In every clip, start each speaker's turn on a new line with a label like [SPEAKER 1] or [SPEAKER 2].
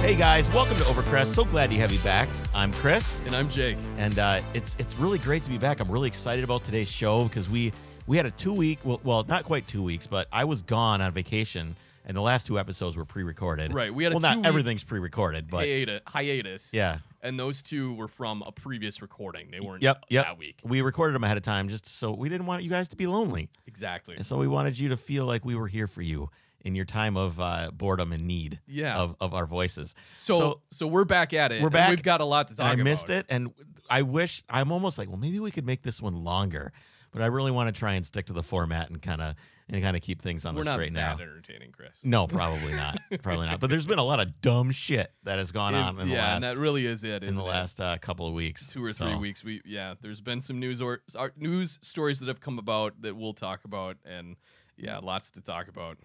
[SPEAKER 1] Hey guys, welcome to Overcrest. So glad to have you back. I'm Chris,
[SPEAKER 2] And I'm Jake.
[SPEAKER 1] and uh, it's it's really great to be back. I'm really excited about today's show because we we had a two week well, well not quite two weeks, but I was gone on vacation, and the last two episodes were pre-recorded.
[SPEAKER 2] Right, we had a
[SPEAKER 1] well, not
[SPEAKER 2] two-week-
[SPEAKER 1] everything's pre-recorded, but
[SPEAKER 2] Hiata- hiatus.
[SPEAKER 1] yeah,
[SPEAKER 2] And those two were from a previous recording. They weren't
[SPEAKER 1] yep, yep.
[SPEAKER 2] that week.
[SPEAKER 1] We recorded them ahead of time just so we didn't want you guys to be lonely,
[SPEAKER 2] Exactly.
[SPEAKER 1] and so we wanted you to feel like we were here for you in your time of uh, boredom and need
[SPEAKER 2] Yeah.
[SPEAKER 1] of of our voices.
[SPEAKER 2] so, so we're back at it.
[SPEAKER 1] We're
[SPEAKER 2] and
[SPEAKER 1] back,
[SPEAKER 2] We've got a lot to talk
[SPEAKER 1] and I
[SPEAKER 2] about.
[SPEAKER 1] missed it. And I wish I'm almost like, well, maybe we could make this one longer, but I really want to try and stick to the format and kind of and kind of keep things on
[SPEAKER 2] We're
[SPEAKER 1] the
[SPEAKER 2] not
[SPEAKER 1] straight
[SPEAKER 2] that
[SPEAKER 1] now.
[SPEAKER 2] entertaining, Chris.
[SPEAKER 1] No, probably not. probably not. But there's been a lot of dumb shit that has gone
[SPEAKER 2] It-
[SPEAKER 1] on in
[SPEAKER 2] yeah,
[SPEAKER 1] the last
[SPEAKER 2] and that really is it.
[SPEAKER 1] in
[SPEAKER 2] isn't
[SPEAKER 1] the
[SPEAKER 2] it?
[SPEAKER 1] last uh, couple of weeks,
[SPEAKER 2] two or three
[SPEAKER 1] So,
[SPEAKER 2] weeks, we yeah, there's been some news or our news stories that have come about that we'll talk about, and yeah, lots to talk about.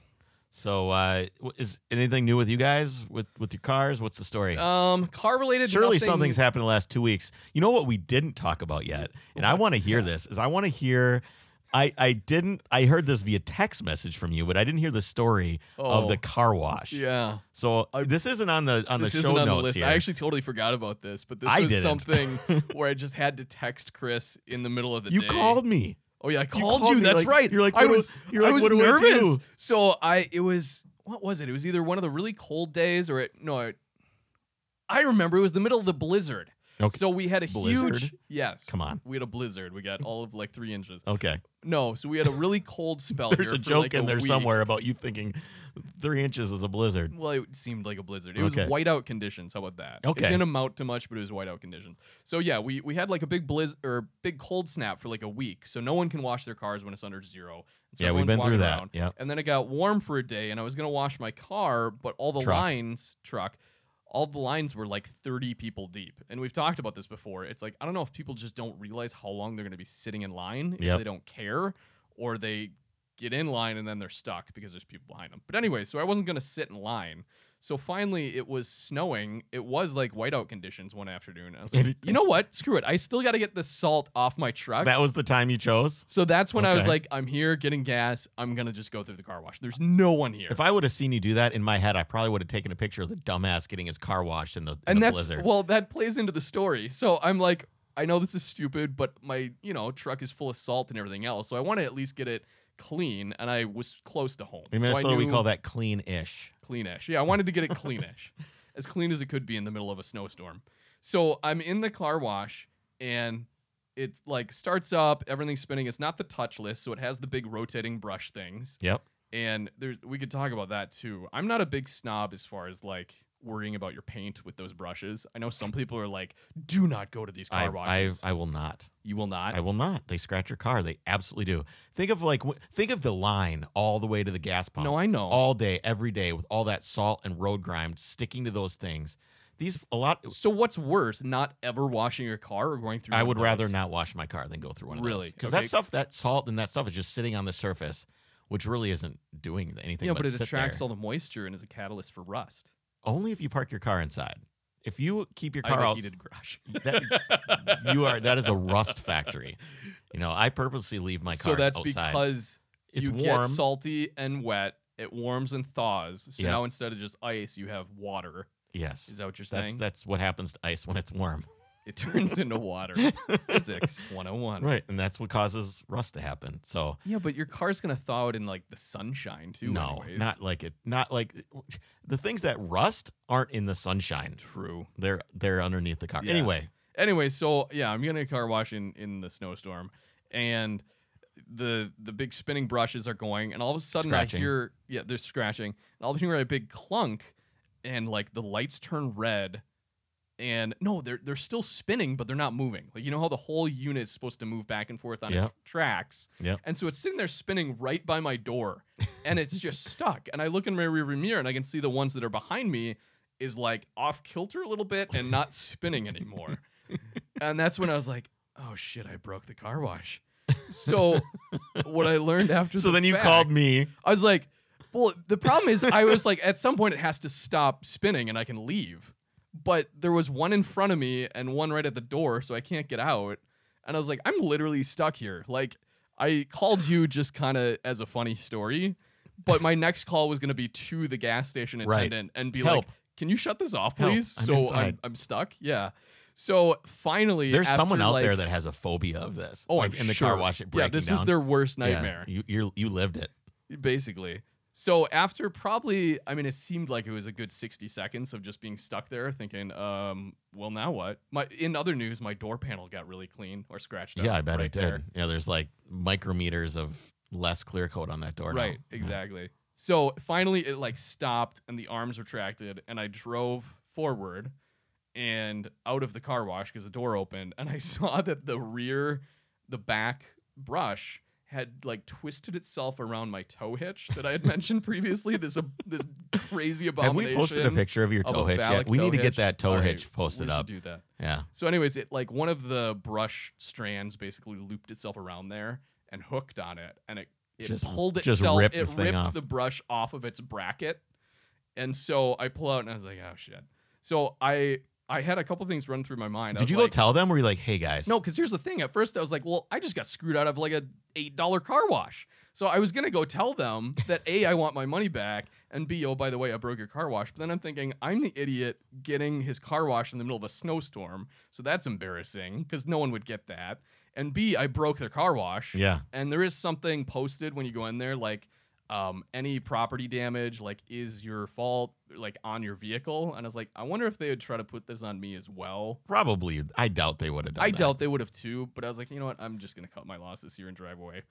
[SPEAKER 1] So uh, w- is anything new with you guys with with your cars? What's the story?
[SPEAKER 2] Um, car related.
[SPEAKER 1] Surely
[SPEAKER 2] nothing-
[SPEAKER 1] something's happened in the last two weeks. You know what we didn't talk about yet, and I
[SPEAKER 2] What's
[SPEAKER 1] want to hear this. Is I want to hear. I I didn't. I heard this via text message from you, but I didn't hear the story of
[SPEAKER 2] Oh.
[SPEAKER 1] the car wash.
[SPEAKER 2] Yeah.
[SPEAKER 1] So
[SPEAKER 2] I-
[SPEAKER 1] this isn't on the on
[SPEAKER 2] this
[SPEAKER 1] the
[SPEAKER 2] isn't
[SPEAKER 1] show
[SPEAKER 2] on
[SPEAKER 1] notes
[SPEAKER 2] the list.
[SPEAKER 1] here.
[SPEAKER 2] I actually totally forgot about this, but this
[SPEAKER 1] I
[SPEAKER 2] was
[SPEAKER 1] didn't.
[SPEAKER 2] something where I just had to text Chris in the middle of the
[SPEAKER 1] you
[SPEAKER 2] day.
[SPEAKER 1] called me.
[SPEAKER 2] Oh yeah, I
[SPEAKER 1] you
[SPEAKER 2] called you.
[SPEAKER 1] called me,
[SPEAKER 2] That's
[SPEAKER 1] like-
[SPEAKER 2] right.
[SPEAKER 1] you're like,
[SPEAKER 2] I
[SPEAKER 1] what
[SPEAKER 2] was.
[SPEAKER 1] do- you're like,
[SPEAKER 2] I was
[SPEAKER 1] what do I
[SPEAKER 2] nervous.
[SPEAKER 1] do?
[SPEAKER 2] So I. It was. What was it? It was either one of the really cold days or it, no. It, I remember it was the middle of the blizzard.
[SPEAKER 1] Okay.
[SPEAKER 2] So we had a
[SPEAKER 1] Blizzard?
[SPEAKER 2] huge. Yes.
[SPEAKER 1] Come on.
[SPEAKER 2] We had a blizzard. We got all of like three inches.
[SPEAKER 1] Okay.
[SPEAKER 2] No, so we had a really cold spell.
[SPEAKER 1] There's
[SPEAKER 2] here
[SPEAKER 1] a
[SPEAKER 2] for,
[SPEAKER 1] joke
[SPEAKER 2] like,
[SPEAKER 1] in there
[SPEAKER 2] week.
[SPEAKER 1] somewhere about you thinking three inches is a blizzard.
[SPEAKER 2] Well, it seemed like a blizzard. It
[SPEAKER 1] Okay.
[SPEAKER 2] was whiteout conditions. How about that?
[SPEAKER 1] Okay.
[SPEAKER 2] It didn't amount to much, but it was whiteout conditions. So yeah, we we had like a big blizz or big cold snap for like a week. So no one can wash their cars when it's under zero. And So
[SPEAKER 1] yeah, we've
[SPEAKER 2] everyone's
[SPEAKER 1] been through
[SPEAKER 2] walking
[SPEAKER 1] that.
[SPEAKER 2] around.
[SPEAKER 1] Yeah.
[SPEAKER 2] And then it got warm for a day, and I was gonna wash my car, but all the
[SPEAKER 1] Truck.
[SPEAKER 2] lines truck. All the lines were like 30 people deep. And we've talked about this before. It's like, I don't know if people just don't realize how long they're going to be sitting in line, if
[SPEAKER 1] Yep.
[SPEAKER 2] they don't care, or they get in line and then they're stuck because there's people behind them. But anyway, so I wasn't going to sit in line. So finally, it was snowing. It was like whiteout conditions one afternoon. I was like,
[SPEAKER 1] And it-
[SPEAKER 2] you know what? Screw it. I still got to get the salt off my truck.
[SPEAKER 1] That was the time you chose.
[SPEAKER 2] so that's when I was
[SPEAKER 1] Okay.
[SPEAKER 2] like, I'm here getting gas. I'm going to just go through the car wash. There's no one here.
[SPEAKER 1] If I would have seen you do that in my head, I probably would have taken a picture of the dumbass getting his car washed in the, in
[SPEAKER 2] and
[SPEAKER 1] the
[SPEAKER 2] that's
[SPEAKER 1] blizzard.
[SPEAKER 2] well, that plays into the story. So I'm like, I know this is stupid, but my you know truck is full of salt and everything else, so I want to at least get it clean. And I was close to home.
[SPEAKER 1] in
[SPEAKER 2] so I
[SPEAKER 1] Minnesota, we
[SPEAKER 2] knew-
[SPEAKER 1] call that clean-ish.
[SPEAKER 2] cleanish. Yeah, I wanted to get it cleanish, as clean as it could be in the middle of a snowstorm. So I'm in the car wash, and it like starts up, everything's spinning. It's not the touchless, so it has the big rotating brush things
[SPEAKER 1] Yep.
[SPEAKER 2] and there's we could talk about that too. I'm not a big snob as far as like worrying about your paint with those brushes. I know some people are like, do not go to these car
[SPEAKER 1] I, I
[SPEAKER 2] washes.
[SPEAKER 1] I will not.
[SPEAKER 2] you will not.
[SPEAKER 1] I will not. They scratch your car. They absolutely do. Think of like wh- think of the line all the way to the gas pumps.
[SPEAKER 2] no, I know.
[SPEAKER 1] all day, every day, with all that salt and road grime sticking to those things. These a lot.
[SPEAKER 2] so what's worse, not ever washing your car or going through?
[SPEAKER 1] I
[SPEAKER 2] one
[SPEAKER 1] would
[SPEAKER 2] of
[SPEAKER 1] rather
[SPEAKER 2] those?
[SPEAKER 1] not wash my car than go through one of
[SPEAKER 2] Really?
[SPEAKER 1] those. Because
[SPEAKER 2] Okay.
[SPEAKER 1] that stuff, that salt and that stuff is just sitting on the surface, which really isn't doing anything.
[SPEAKER 2] Yeah, but it
[SPEAKER 1] sit
[SPEAKER 2] attracts
[SPEAKER 1] there.
[SPEAKER 2] all the moisture and is a catalyst for rust.
[SPEAKER 1] only if you park your car inside. If you keep your
[SPEAKER 2] I have
[SPEAKER 1] car
[SPEAKER 2] a
[SPEAKER 1] out,
[SPEAKER 2] heated garage.
[SPEAKER 1] that, you are that is a rust factory. You know, I purposely leave my car
[SPEAKER 2] so that's
[SPEAKER 1] outside.
[SPEAKER 2] because
[SPEAKER 1] it's
[SPEAKER 2] you
[SPEAKER 1] warm.
[SPEAKER 2] get salty and wet. It warms and thaws. So
[SPEAKER 1] Yeah.
[SPEAKER 2] now instead of just ice, you have water.
[SPEAKER 1] yes,
[SPEAKER 2] Is that what you're
[SPEAKER 1] that's
[SPEAKER 2] saying?
[SPEAKER 1] that's what happens to ice when it's warm.
[SPEAKER 2] It turns into water. Physics 101.
[SPEAKER 1] Right, and that's what causes rust to happen. So
[SPEAKER 2] Yeah, but your car's gonna thaw out in like the sunshine too.
[SPEAKER 1] no,
[SPEAKER 2] anyways.
[SPEAKER 1] not like it. Not like the things that rust aren't in the sunshine.
[SPEAKER 2] true.
[SPEAKER 1] They're they're underneath the car.
[SPEAKER 2] Yeah.
[SPEAKER 1] Anyway,
[SPEAKER 2] Anyway, so yeah, I'm getting a car wash in in the snowstorm, and the the big spinning brushes are going, and all of a sudden
[SPEAKER 1] Scratching.
[SPEAKER 2] I hear yeah, they're scratching, and all of a sudden I hear a big clunk, and like the lights turn red, and no, they're they're still spinning, but they're not moving. Like you know how the whole unit is supposed to move back and forth on its
[SPEAKER 1] Yep.
[SPEAKER 2] tracks.
[SPEAKER 1] Yep.
[SPEAKER 2] And so it's sitting there spinning right by my door, and it's just stuck. And I look in my rearview mirror, and I can see the ones that are behind me is like off kilter a little bit and not spinning anymore. and that's when I was like, "Oh shit, I broke the car wash." So what I learned after
[SPEAKER 1] so
[SPEAKER 2] the
[SPEAKER 1] then you
[SPEAKER 2] fact-
[SPEAKER 1] called me.
[SPEAKER 2] I was like, well, the problem is I was like, at some point it has to stop spinning and I can leave. But there was one in front of me and one right at the door, so I can't get out. And I was like, I'm literally stuck here. Like, I called you just kind of as a funny story, but my next call was going to be to the gas station
[SPEAKER 1] Right.
[SPEAKER 2] attendant and be
[SPEAKER 1] Help.
[SPEAKER 2] like, can you shut this off,
[SPEAKER 1] Help,
[SPEAKER 2] please?
[SPEAKER 1] I'm
[SPEAKER 2] so
[SPEAKER 1] inside.
[SPEAKER 2] I'm, I'm stuck. Yeah. So finally,
[SPEAKER 1] There's
[SPEAKER 2] after,
[SPEAKER 1] someone out
[SPEAKER 2] like-
[SPEAKER 1] there that has a phobia of this.
[SPEAKER 2] Oh,
[SPEAKER 1] like
[SPEAKER 2] I'm
[SPEAKER 1] in the
[SPEAKER 2] sure.
[SPEAKER 1] car wash, it breaking
[SPEAKER 2] Yeah, this
[SPEAKER 1] down.
[SPEAKER 2] is their worst
[SPEAKER 1] Yeah,
[SPEAKER 2] nightmare,
[SPEAKER 1] you you're, you lived it.
[SPEAKER 2] basically. So after probably, I mean, it seemed like it was a good 60 seconds of just being stuck there, thinking, um, well, now what? My in other news, my door panel got really clean or scratched up.
[SPEAKER 1] yeah, I bet
[SPEAKER 2] right
[SPEAKER 1] it did.
[SPEAKER 2] there.
[SPEAKER 1] Yeah, there's like micrometers of less clear coat on that door. now.
[SPEAKER 2] Right,
[SPEAKER 1] Yeah.
[SPEAKER 2] exactly. So finally, it like stopped and the arms retracted, and I drove forward and out of the car wash because the door opened, and I saw that the rear, the back brush had like twisted itself around my toe hitch that I had mentioned previously. This ab this crazy
[SPEAKER 1] Have we
[SPEAKER 2] abomination.
[SPEAKER 1] posted a picture of your
[SPEAKER 2] of a
[SPEAKER 1] toe hitch
[SPEAKER 2] phallic
[SPEAKER 1] yet? We
[SPEAKER 2] toe
[SPEAKER 1] need to
[SPEAKER 2] hitch?
[SPEAKER 1] get that toe
[SPEAKER 2] All right,
[SPEAKER 1] hitch posted
[SPEAKER 2] we should
[SPEAKER 1] up.
[SPEAKER 2] Do that.
[SPEAKER 1] Yeah.
[SPEAKER 2] So, anyways, it like one of the brush strands basically looped itself around there and hooked on it, and it it
[SPEAKER 1] Just-
[SPEAKER 2] pulled
[SPEAKER 1] just
[SPEAKER 2] itself.
[SPEAKER 1] ripped the
[SPEAKER 2] it
[SPEAKER 1] thing
[SPEAKER 2] ripped
[SPEAKER 1] off.
[SPEAKER 2] the brush off of its bracket, and so I pull out and I was like, oh shit. So I I had a couple things run through my mind. I
[SPEAKER 1] Did
[SPEAKER 2] was
[SPEAKER 1] you
[SPEAKER 2] like,
[SPEAKER 1] go tell them? Were you like, hey guys?
[SPEAKER 2] no, because here's the thing. At first, I was like, well, I just got screwed out of like a eight dollar car wash. So I was gonna go tell them that a I want my money back, and b oh by the way I broke your car wash. But then I'm thinking I'm the idiot getting his car wash in the middle of a snowstorm, so that's embarrassing because no one would get that. And b I broke their car wash.
[SPEAKER 1] Yeah.
[SPEAKER 2] And there is something posted when you go in there, like um, any property damage, like is your fault, like on your vehicle. And I was like, I wonder if they would try to put this on me as well.
[SPEAKER 1] Probably. I doubt they would have done
[SPEAKER 2] I
[SPEAKER 1] that.
[SPEAKER 2] doubt they would have too, but I was like, you know what? I'm just gonna cut my loss this year and drive away.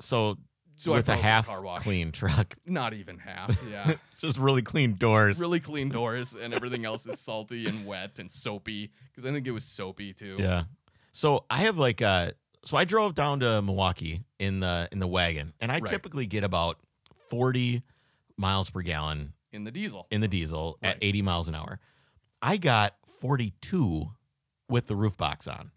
[SPEAKER 1] So,
[SPEAKER 2] So I
[SPEAKER 1] with a
[SPEAKER 2] bought a
[SPEAKER 1] half
[SPEAKER 2] car wash.
[SPEAKER 1] clean truck,
[SPEAKER 2] Not even half. Yeah,
[SPEAKER 1] it's just really clean doors.
[SPEAKER 2] really clean doors, and everything else is salty and wet and soapy. Because I think it was soapy too.
[SPEAKER 1] Yeah. So I have like uh so I drove down to Milwaukee in the in the wagon and I
[SPEAKER 2] Right.
[SPEAKER 1] typically get about 40 miles per gallon
[SPEAKER 2] In the diesel.
[SPEAKER 1] in the diesel
[SPEAKER 2] Right.
[SPEAKER 1] at 80 miles an hour. I got 42 with the roof box on.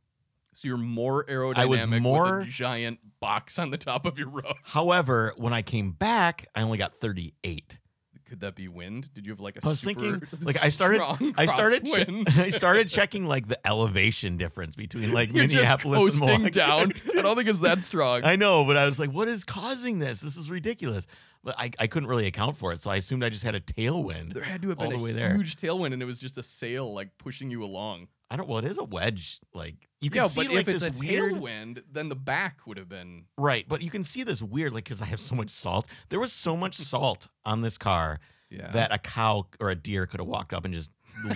[SPEAKER 2] So you're more aerodynamic.
[SPEAKER 1] was more-
[SPEAKER 2] with a giant box on the top of your roof.
[SPEAKER 1] However, when I came back, I only got 38.
[SPEAKER 2] Could that be wind? Did you have like a
[SPEAKER 1] I was
[SPEAKER 2] super
[SPEAKER 1] thinking, like, I started-
[SPEAKER 2] strong
[SPEAKER 1] I started che-
[SPEAKER 2] crosswind?
[SPEAKER 1] I started checking like the elevation difference between like
[SPEAKER 2] You're just
[SPEAKER 1] Minneapolis and
[SPEAKER 2] coasting
[SPEAKER 1] Milwaukee.
[SPEAKER 2] down. I don't think it's that strong.
[SPEAKER 1] I know, but I was like, what is causing this? This is ridiculous. But I, I couldn't really account for it. So I assumed I just had a tailwind.
[SPEAKER 2] there had to have
[SPEAKER 1] all
[SPEAKER 2] been
[SPEAKER 1] the way
[SPEAKER 2] a
[SPEAKER 1] there.
[SPEAKER 2] huge tailwind, and it was just a sail like pushing you along.
[SPEAKER 1] I don't. Well, it is a wedge. Like you can
[SPEAKER 2] yeah,
[SPEAKER 1] see
[SPEAKER 2] but
[SPEAKER 1] like
[SPEAKER 2] if it's
[SPEAKER 1] this
[SPEAKER 2] a
[SPEAKER 1] weird.
[SPEAKER 2] tailwind, then the back would have been
[SPEAKER 1] Right, but you can see this weird. Like because I have so much salt. There was so much salt on this car
[SPEAKER 2] yeah.
[SPEAKER 1] that a cow or a deer could have walked up and just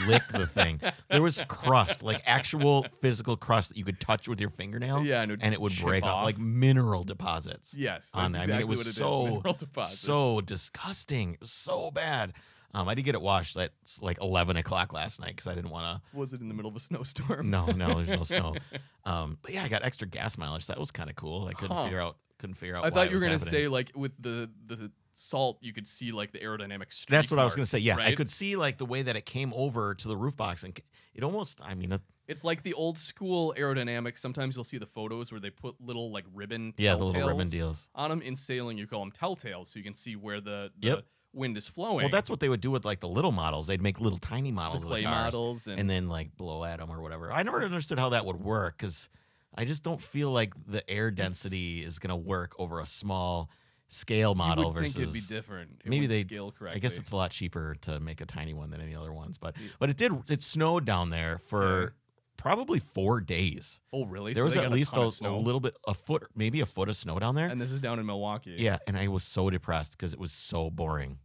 [SPEAKER 1] licked the thing. There was crust, like actual physical crust that you could touch with your fingernail,
[SPEAKER 2] yeah, and it would,
[SPEAKER 1] and it would
[SPEAKER 2] chip
[SPEAKER 1] break off. like mineral deposits.
[SPEAKER 2] yes, that's
[SPEAKER 1] on there. I mean, it was
[SPEAKER 2] exactly what it is,
[SPEAKER 1] so-
[SPEAKER 2] mineral deposits.
[SPEAKER 1] So disgusting. It was so bad. Um, I did get it washed at like eleven o'clock last night because I didn't want to
[SPEAKER 2] was it in the middle of a snowstorm?
[SPEAKER 1] No, no, there's no snow. Um, but yeah, I got extra gas mileage. so that was kind of cool. I couldn't
[SPEAKER 2] Huh.
[SPEAKER 1] figure out. Couldn't figure out.
[SPEAKER 2] I
[SPEAKER 1] why it
[SPEAKER 2] thought you were
[SPEAKER 1] was
[SPEAKER 2] gonna
[SPEAKER 1] happening.
[SPEAKER 2] say like with the the salt, you could see like the aerodynamic. Streak
[SPEAKER 1] That's what I was gonna
[SPEAKER 2] marks,
[SPEAKER 1] say. Yeah, I
[SPEAKER 2] right?
[SPEAKER 1] could see like the way that it came over to the roof box, and c- it almost. I mean, uh,
[SPEAKER 2] It's like the old school aerodynamics. Sometimes you'll see the photos where they put little like ribbon.
[SPEAKER 1] yeah, the little ribbon
[SPEAKER 2] telltales
[SPEAKER 1] deals.
[SPEAKER 2] on them. In sailing, you call them telltales, so you can see where the, the
[SPEAKER 1] Yep.
[SPEAKER 2] wind is flowing.
[SPEAKER 1] Well, that's what they would do with like the little models. They'd make little tiny
[SPEAKER 2] the
[SPEAKER 1] models
[SPEAKER 2] clay
[SPEAKER 1] of the cars,
[SPEAKER 2] models and,
[SPEAKER 1] and then like blow at them or whatever. I never understood how that would work because I just don't feel like the air density is gonna work over a small scale model
[SPEAKER 2] you would
[SPEAKER 1] versus
[SPEAKER 2] think it'd be different. It
[SPEAKER 1] maybe
[SPEAKER 2] would
[SPEAKER 1] they-
[SPEAKER 2] scale correctly.
[SPEAKER 1] I guess it's a lot cheaper to make a tiny one than any other ones, but but it did it snowed down there for
[SPEAKER 2] Yeah.
[SPEAKER 1] probably four days.
[SPEAKER 2] oh really?
[SPEAKER 1] There
[SPEAKER 2] So
[SPEAKER 1] was
[SPEAKER 2] they
[SPEAKER 1] at
[SPEAKER 2] got a
[SPEAKER 1] least
[SPEAKER 2] ton
[SPEAKER 1] a,
[SPEAKER 2] of
[SPEAKER 1] a
[SPEAKER 2] snow?
[SPEAKER 1] little bit a foot maybe a foot of snow down there.
[SPEAKER 2] And this is down in Milwaukee.
[SPEAKER 1] yeah, and I was so depressed because it was so boring.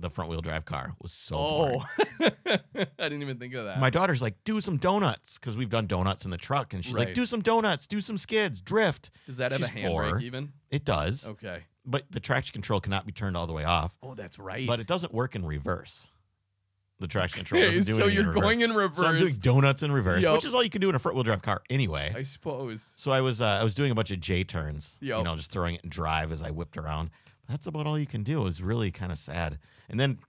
[SPEAKER 1] The front wheel drive car was so boring.
[SPEAKER 2] Oh, I didn't even think of that.
[SPEAKER 1] My daughter's like, do some donuts because we've done donuts in the truck, and she's like,
[SPEAKER 2] Right.
[SPEAKER 1] do some donuts, do some skids, drift.
[SPEAKER 2] Does that have a
[SPEAKER 1] she's
[SPEAKER 2] handbrake
[SPEAKER 1] four.
[SPEAKER 2] even?
[SPEAKER 1] It does,
[SPEAKER 2] Okay.
[SPEAKER 1] but the traction control cannot be turned all the way off.
[SPEAKER 2] Oh, that's right.
[SPEAKER 1] But it doesn't work in reverse. The traction control
[SPEAKER 2] okay,
[SPEAKER 1] doesn't do
[SPEAKER 2] so
[SPEAKER 1] anything in
[SPEAKER 2] you're
[SPEAKER 1] reverse.
[SPEAKER 2] going in reverse.
[SPEAKER 1] So I'm doing donuts in reverse,
[SPEAKER 2] Yup.
[SPEAKER 1] which is all you can do in a front wheel drive car anyway.
[SPEAKER 2] I suppose.
[SPEAKER 1] so I was uh, I was doing a bunch of J turns, you
[SPEAKER 2] Yup.
[SPEAKER 1] know, just throwing it in drive as I whipped around. That's about all you can do. It was really kind of sad. And then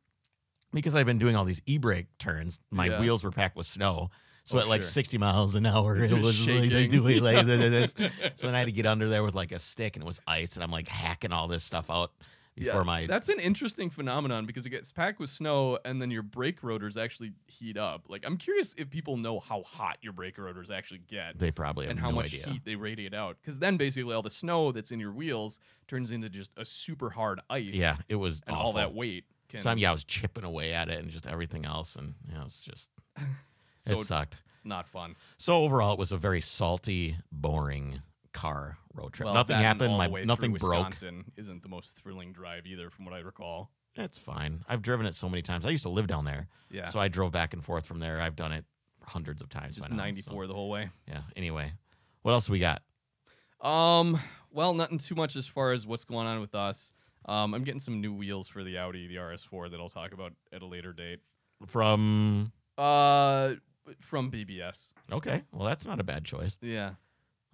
[SPEAKER 1] because I've been doing all these e brake turns, my
[SPEAKER 2] Yeah.
[SPEAKER 1] wheels were packed with snow. So
[SPEAKER 2] Oh,
[SPEAKER 1] at like
[SPEAKER 2] sure.
[SPEAKER 1] 60 miles an hour, it
[SPEAKER 2] You're
[SPEAKER 1] was like,
[SPEAKER 2] shaking.
[SPEAKER 1] do it like this. So then I had to get under there with like a stick and it was ice, and I'm like hacking all this stuff out before
[SPEAKER 2] yeah,
[SPEAKER 1] my
[SPEAKER 2] That's an interesting phenomenon because it gets packed with snow and then your brake rotors actually heat up. Like I'm curious if people know how hot your brake rotors actually get
[SPEAKER 1] they probably have
[SPEAKER 2] and
[SPEAKER 1] no
[SPEAKER 2] how much
[SPEAKER 1] idea.
[SPEAKER 2] heat they radiate out cuz then basically all the snow that's in your wheels turns into just a super hard ice
[SPEAKER 1] Yeah, it was
[SPEAKER 2] and
[SPEAKER 1] awful.
[SPEAKER 2] all that weight. can.
[SPEAKER 1] So I'm yeah, I was chipping away at it and just everything else, and you know, it's just
[SPEAKER 2] So
[SPEAKER 1] it sucked.
[SPEAKER 2] not fun.
[SPEAKER 1] So overall, it was a very salty, boring car road trip.
[SPEAKER 2] Well,
[SPEAKER 1] nothing
[SPEAKER 2] that and
[SPEAKER 1] happened.
[SPEAKER 2] all
[SPEAKER 1] My
[SPEAKER 2] the way
[SPEAKER 1] nothing
[SPEAKER 2] through
[SPEAKER 1] broke.
[SPEAKER 2] Wisconsin isn't the most thrilling drive either, from what I recall.
[SPEAKER 1] It's fine. I've driven it so many times. I used to live down there,
[SPEAKER 2] Yeah,
[SPEAKER 1] so I drove back and forth from there. I've done it hundreds of times.
[SPEAKER 2] just
[SPEAKER 1] by now, so,
[SPEAKER 2] 94 the whole way.
[SPEAKER 1] yeah. Anyway, what else we got?
[SPEAKER 2] Um, well, nothing too much as far as what's going on with us. Um, I'm getting some new wheels for the Audi, the RS4 that I'll talk about at a later date.
[SPEAKER 1] From
[SPEAKER 2] Uh, from BBS.
[SPEAKER 1] okay, well that's not a bad choice.
[SPEAKER 2] Yeah,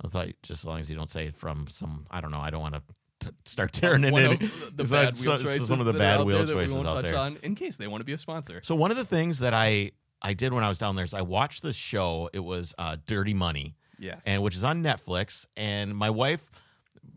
[SPEAKER 1] I thought just as long as you don't say from some. I don't know. I don't want to start tearing into
[SPEAKER 2] One
[SPEAKER 1] any-
[SPEAKER 2] of the
[SPEAKER 1] Is
[SPEAKER 2] bad
[SPEAKER 1] that so-
[SPEAKER 2] wheel
[SPEAKER 1] so
[SPEAKER 2] choices
[SPEAKER 1] some of the
[SPEAKER 2] that are
[SPEAKER 1] bad
[SPEAKER 2] out there
[SPEAKER 1] wheel
[SPEAKER 2] that we
[SPEAKER 1] choices
[SPEAKER 2] won't
[SPEAKER 1] out
[SPEAKER 2] touch
[SPEAKER 1] there.
[SPEAKER 2] on, in case they want to be a sponsor.
[SPEAKER 1] So one of the things that I I did when I was down there is I watched this show. It was uh, Dirty Money,
[SPEAKER 2] Yes.
[SPEAKER 1] and which is on Netflix. And my wife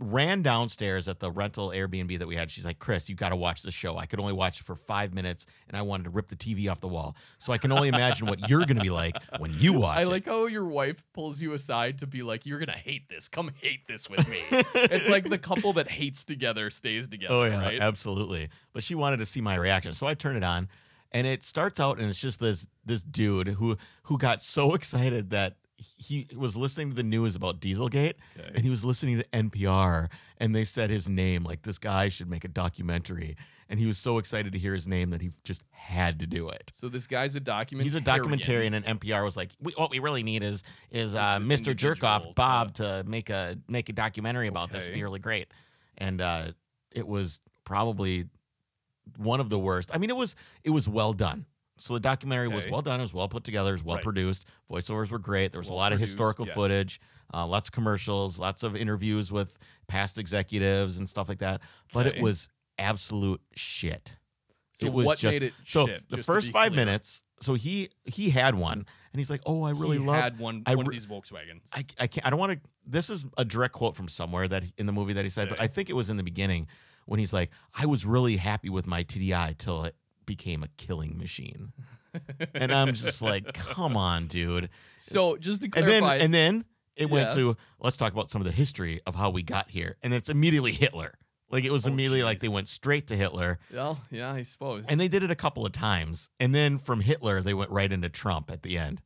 [SPEAKER 1] ran downstairs at the rental Airbnb that we had. She's like, "Chris, you got to watch the show. I could only watch it for five minutes, and I wanted to rip the TV off the wall. So I can only imagine what you're going to be like when you watch
[SPEAKER 2] I
[SPEAKER 1] it."
[SPEAKER 2] like how your wife pulls you aside to be like, "You're gonna hate this. Come hate this with me." it's like the couple that hates together stays together.
[SPEAKER 1] Oh yeah,
[SPEAKER 2] right?
[SPEAKER 1] absolutely. But she wanted to see my reaction, so I turn it on, and it starts out, and it's just this this dude who who got so excited that he was listening to the news about Dieselgate,
[SPEAKER 2] Okay.
[SPEAKER 1] and he was listening to NPR, and they said his name, like this guy should make a documentary, and he was so excited to hear his name that he just had to do it.
[SPEAKER 2] So this guy's a documentarian.
[SPEAKER 1] He's a documentarian, and NPR was like, we, "What we really need is is uh,
[SPEAKER 2] this
[SPEAKER 1] Mr. Jerkoff
[SPEAKER 2] individual
[SPEAKER 1] Bob to make a make a documentary about this. It'd
[SPEAKER 2] Okay.
[SPEAKER 1] be really great." And uh, it was probably one of the worst. I mean, it was it was well done. So the documentary was
[SPEAKER 2] Okay.
[SPEAKER 1] well done. It was well put together. It was well
[SPEAKER 2] Right.
[SPEAKER 1] produced. Voiceovers were great. There was a
[SPEAKER 2] Well
[SPEAKER 1] lot of
[SPEAKER 2] produced,
[SPEAKER 1] historical
[SPEAKER 2] yes.
[SPEAKER 1] footage, uh, lots of commercials, lots of interviews with past executives and stuff like that. But
[SPEAKER 2] Okay.
[SPEAKER 1] it was absolute shit.
[SPEAKER 2] So
[SPEAKER 1] It was
[SPEAKER 2] what
[SPEAKER 1] just-
[SPEAKER 2] made it?
[SPEAKER 1] So
[SPEAKER 2] shit,
[SPEAKER 1] the
[SPEAKER 2] just to
[SPEAKER 1] first
[SPEAKER 2] be
[SPEAKER 1] five
[SPEAKER 2] clear?
[SPEAKER 1] minutes, so he he had one, and he's like, "Oh, I really
[SPEAKER 2] he
[SPEAKER 1] love.
[SPEAKER 2] had one.
[SPEAKER 1] I
[SPEAKER 2] one of
[SPEAKER 1] re-
[SPEAKER 2] these Volkswagens.
[SPEAKER 1] I I can't. I don't want to. This is a direct quote from somewhere that he- in the movie that he said, but
[SPEAKER 2] Okay.
[SPEAKER 1] I think it was in the beginning when he's like, "I was really happy with my TDI till it became a killing machine," and I'm just like, "Come on, dude."
[SPEAKER 2] so just to
[SPEAKER 1] And
[SPEAKER 2] clarify,
[SPEAKER 1] then and then it went
[SPEAKER 2] Yeah.
[SPEAKER 1] to let's talk about some of the history of how we got here, and it's immediately Hitler. Like it was
[SPEAKER 2] Oh,
[SPEAKER 1] immediately like
[SPEAKER 2] jeez.
[SPEAKER 1] they went straight to Hitler.
[SPEAKER 2] well, yeah, I suppose.
[SPEAKER 1] And they did it a couple of times. And then from Hitler, they went right into Trump at the end.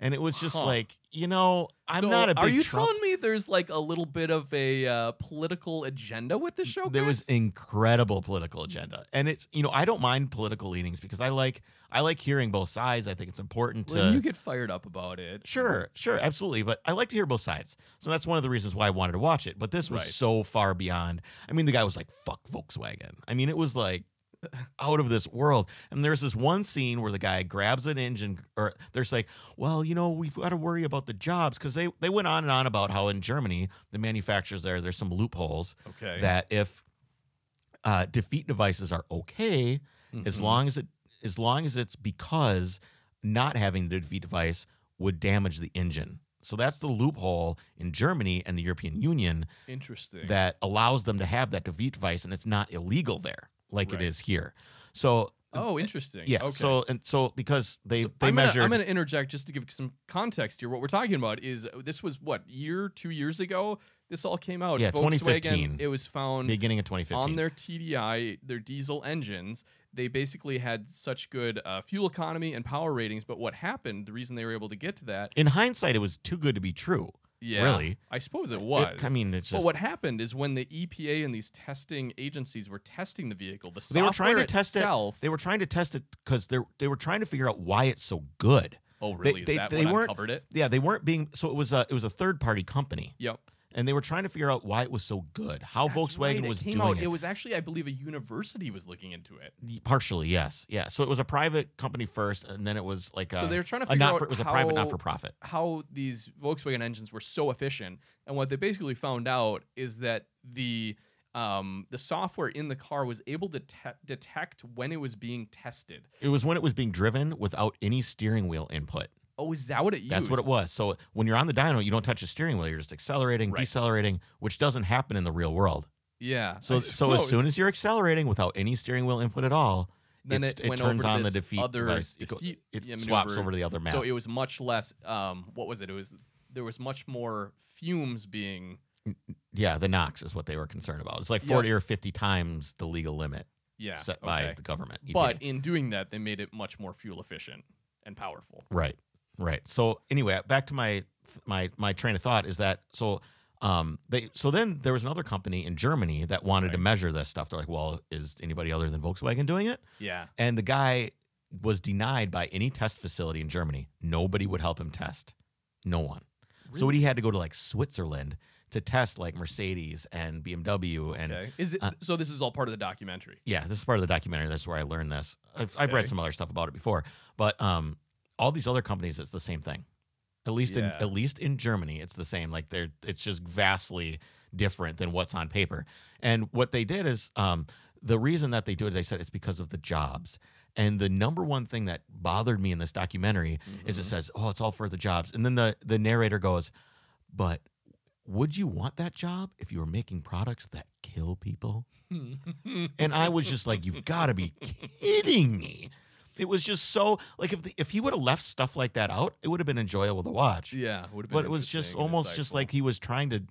[SPEAKER 1] And it was just
[SPEAKER 2] Huh.
[SPEAKER 1] like, you know, I'm
[SPEAKER 2] So
[SPEAKER 1] not a big
[SPEAKER 2] Are you
[SPEAKER 1] Trump.
[SPEAKER 2] telling me there's like a little bit of a uh, political agenda with the show?
[SPEAKER 1] there was
[SPEAKER 2] Chris?
[SPEAKER 1] incredible political agenda. And it's, you know, I don't mind political leanings because I like I like hearing both sides. I think it's important to
[SPEAKER 2] When you get fired up about it.
[SPEAKER 1] Sure, sure, absolutely. But I like to hear both sides. So that's one of the reasons why I wanted to watch it. But this was
[SPEAKER 2] Right.
[SPEAKER 1] so far beyond. I mean, the guy was like, fuck Volkswagen. I mean, it was like out of this world. And there's this one scene where the guy grabs an engine, or there's like, well, you know, we've got to worry about the jobs because they, they went on and on about how in Germany, the manufacturers there, there's some loopholes
[SPEAKER 2] Okay.
[SPEAKER 1] that if uh, defeat devices are okay, as
[SPEAKER 2] Mhm.
[SPEAKER 1] long as it as long as it's because not having the defeat device would damage the engine. So that's the loophole in Germany and the European Union
[SPEAKER 2] Interesting.
[SPEAKER 1] that allows them to have that defeat device, and it's not illegal there like
[SPEAKER 2] Right.
[SPEAKER 1] it is here. So
[SPEAKER 2] oh, interesting.
[SPEAKER 1] yeah,
[SPEAKER 2] Okay.
[SPEAKER 1] so and so because they
[SPEAKER 2] So
[SPEAKER 1] they
[SPEAKER 2] I'm
[SPEAKER 1] measured
[SPEAKER 2] Gonna, I'm going to interject just to give some context here. What we're talking about is uh, this was what year, two years ago. This all came out.
[SPEAKER 1] Yeah,
[SPEAKER 2] Volkswagen,
[SPEAKER 1] 2015.
[SPEAKER 2] It was found
[SPEAKER 1] beginning of 2015.
[SPEAKER 2] on their TDI, their diesel engines. They basically had such good uh, fuel economy and power ratings. But what happened? The reason they were able to get to that,
[SPEAKER 1] in hindsight, it was too good to be true.
[SPEAKER 2] yeah,
[SPEAKER 1] Really?
[SPEAKER 2] I suppose it
[SPEAKER 1] It-
[SPEAKER 2] was.
[SPEAKER 1] I mean, it's
[SPEAKER 2] But
[SPEAKER 1] just
[SPEAKER 2] what happened is when the EPA and these testing agencies were testing the vehicle, the
[SPEAKER 1] They were trying to
[SPEAKER 2] software
[SPEAKER 1] test it-
[SPEAKER 2] itself,
[SPEAKER 1] they were trying to test it because they they were trying to figure out why it's so good.
[SPEAKER 2] oh,
[SPEAKER 1] they-
[SPEAKER 2] really? Is
[SPEAKER 1] they-
[SPEAKER 2] that
[SPEAKER 1] they
[SPEAKER 2] what
[SPEAKER 1] weren't-
[SPEAKER 2] uncovered it?
[SPEAKER 1] Yeah, they weren't being so it was a it was a third party company.
[SPEAKER 2] Yep.
[SPEAKER 1] and they were trying to figure out why it was so good, how
[SPEAKER 2] That's
[SPEAKER 1] Volkswagen
[SPEAKER 2] right, it
[SPEAKER 1] was
[SPEAKER 2] came
[SPEAKER 1] doing
[SPEAKER 2] out-
[SPEAKER 1] it.
[SPEAKER 2] It was actually, I believe, a university was looking into it.
[SPEAKER 1] Partially, yes, yeah. So it was a private company first, and then it was like a,
[SPEAKER 2] so they were trying to
[SPEAKER 1] a
[SPEAKER 2] figure
[SPEAKER 1] not
[SPEAKER 2] out
[SPEAKER 1] for, it was a
[SPEAKER 2] how,
[SPEAKER 1] private not for profit.
[SPEAKER 2] how these Volkswagen engines were so efficient. And what they basically found out is that the um, the software in the car was able to te- detect when it was being tested.
[SPEAKER 1] It was when it was being driven without any steering wheel input.
[SPEAKER 2] Oh, is that what it used?
[SPEAKER 1] That's what it was. So when you're on the dyno, you don't touch the steering wheel. You're just accelerating,
[SPEAKER 2] Right.
[SPEAKER 1] decelerating, which doesn't happen in the real world.
[SPEAKER 2] Yeah.
[SPEAKER 1] So
[SPEAKER 2] I
[SPEAKER 1] so as
[SPEAKER 2] suppose.
[SPEAKER 1] soon as you're accelerating without any steering wheel input at all,
[SPEAKER 2] Then
[SPEAKER 1] it's-
[SPEAKER 2] it went
[SPEAKER 1] turns
[SPEAKER 2] over to
[SPEAKER 1] on the
[SPEAKER 2] this
[SPEAKER 1] defeat
[SPEAKER 2] other
[SPEAKER 1] device. It, go-
[SPEAKER 2] defeat
[SPEAKER 1] it
[SPEAKER 2] maneuver.
[SPEAKER 1] swaps over to the other map.
[SPEAKER 2] So it was much less. Um, what was it? It was there was much more fumes being
[SPEAKER 1] yeah, the NOx is what they were concerned about. It's like
[SPEAKER 2] Yeah.
[SPEAKER 1] 40 or 50 times the legal limit.
[SPEAKER 2] yeah,
[SPEAKER 1] set by
[SPEAKER 2] okay.
[SPEAKER 1] the government. E EPA.
[SPEAKER 2] But in doing that, they made it much more fuel efficient and powerful.
[SPEAKER 1] Right. Right. So anyway, back to my my my train of thought is that so um they so then there was another company in Germany that wanted to
[SPEAKER 2] Right.
[SPEAKER 1] measure this stuff. They're like, well, is anybody other than Volkswagen doing it?
[SPEAKER 2] Yeah.
[SPEAKER 1] And the guy was denied by any test facility in Germany. Nobody would help him test. No one. So he had to go to like Switzerland to test like Mercedes and BMW and
[SPEAKER 2] okay. Is it
[SPEAKER 1] uh,
[SPEAKER 2] so? This is all part of the documentary.
[SPEAKER 1] yeah, this is part of the documentary. That's where I learned this. I've, I've read
[SPEAKER 2] Okay.
[SPEAKER 1] some other stuff about it before, but um, all these other companies, it's the same thing. At least in
[SPEAKER 2] Yeah.
[SPEAKER 1] at least in Germany, it's the same. Like they're it's just vastly different than what's on paper. And what they did is um, the reason that they do it, they said, it's because of the jobs. And the number one thing that bothered me in this documentary is it
[SPEAKER 2] Mm-hmm.
[SPEAKER 1] says, "Oh, it's all for the jobs," and then the the narrator goes, "But would you want that job if you were making products that kill people?"
[SPEAKER 2] Mhm.
[SPEAKER 1] And I was just like, "You've got to be kidding me!" It was just so like if the, if he would have left stuff like that out, it would have been enjoyable to watch.
[SPEAKER 2] yeah, would have been
[SPEAKER 1] But it was just
[SPEAKER 2] interesting and
[SPEAKER 1] almost just
[SPEAKER 2] insightful.
[SPEAKER 1] like he was trying to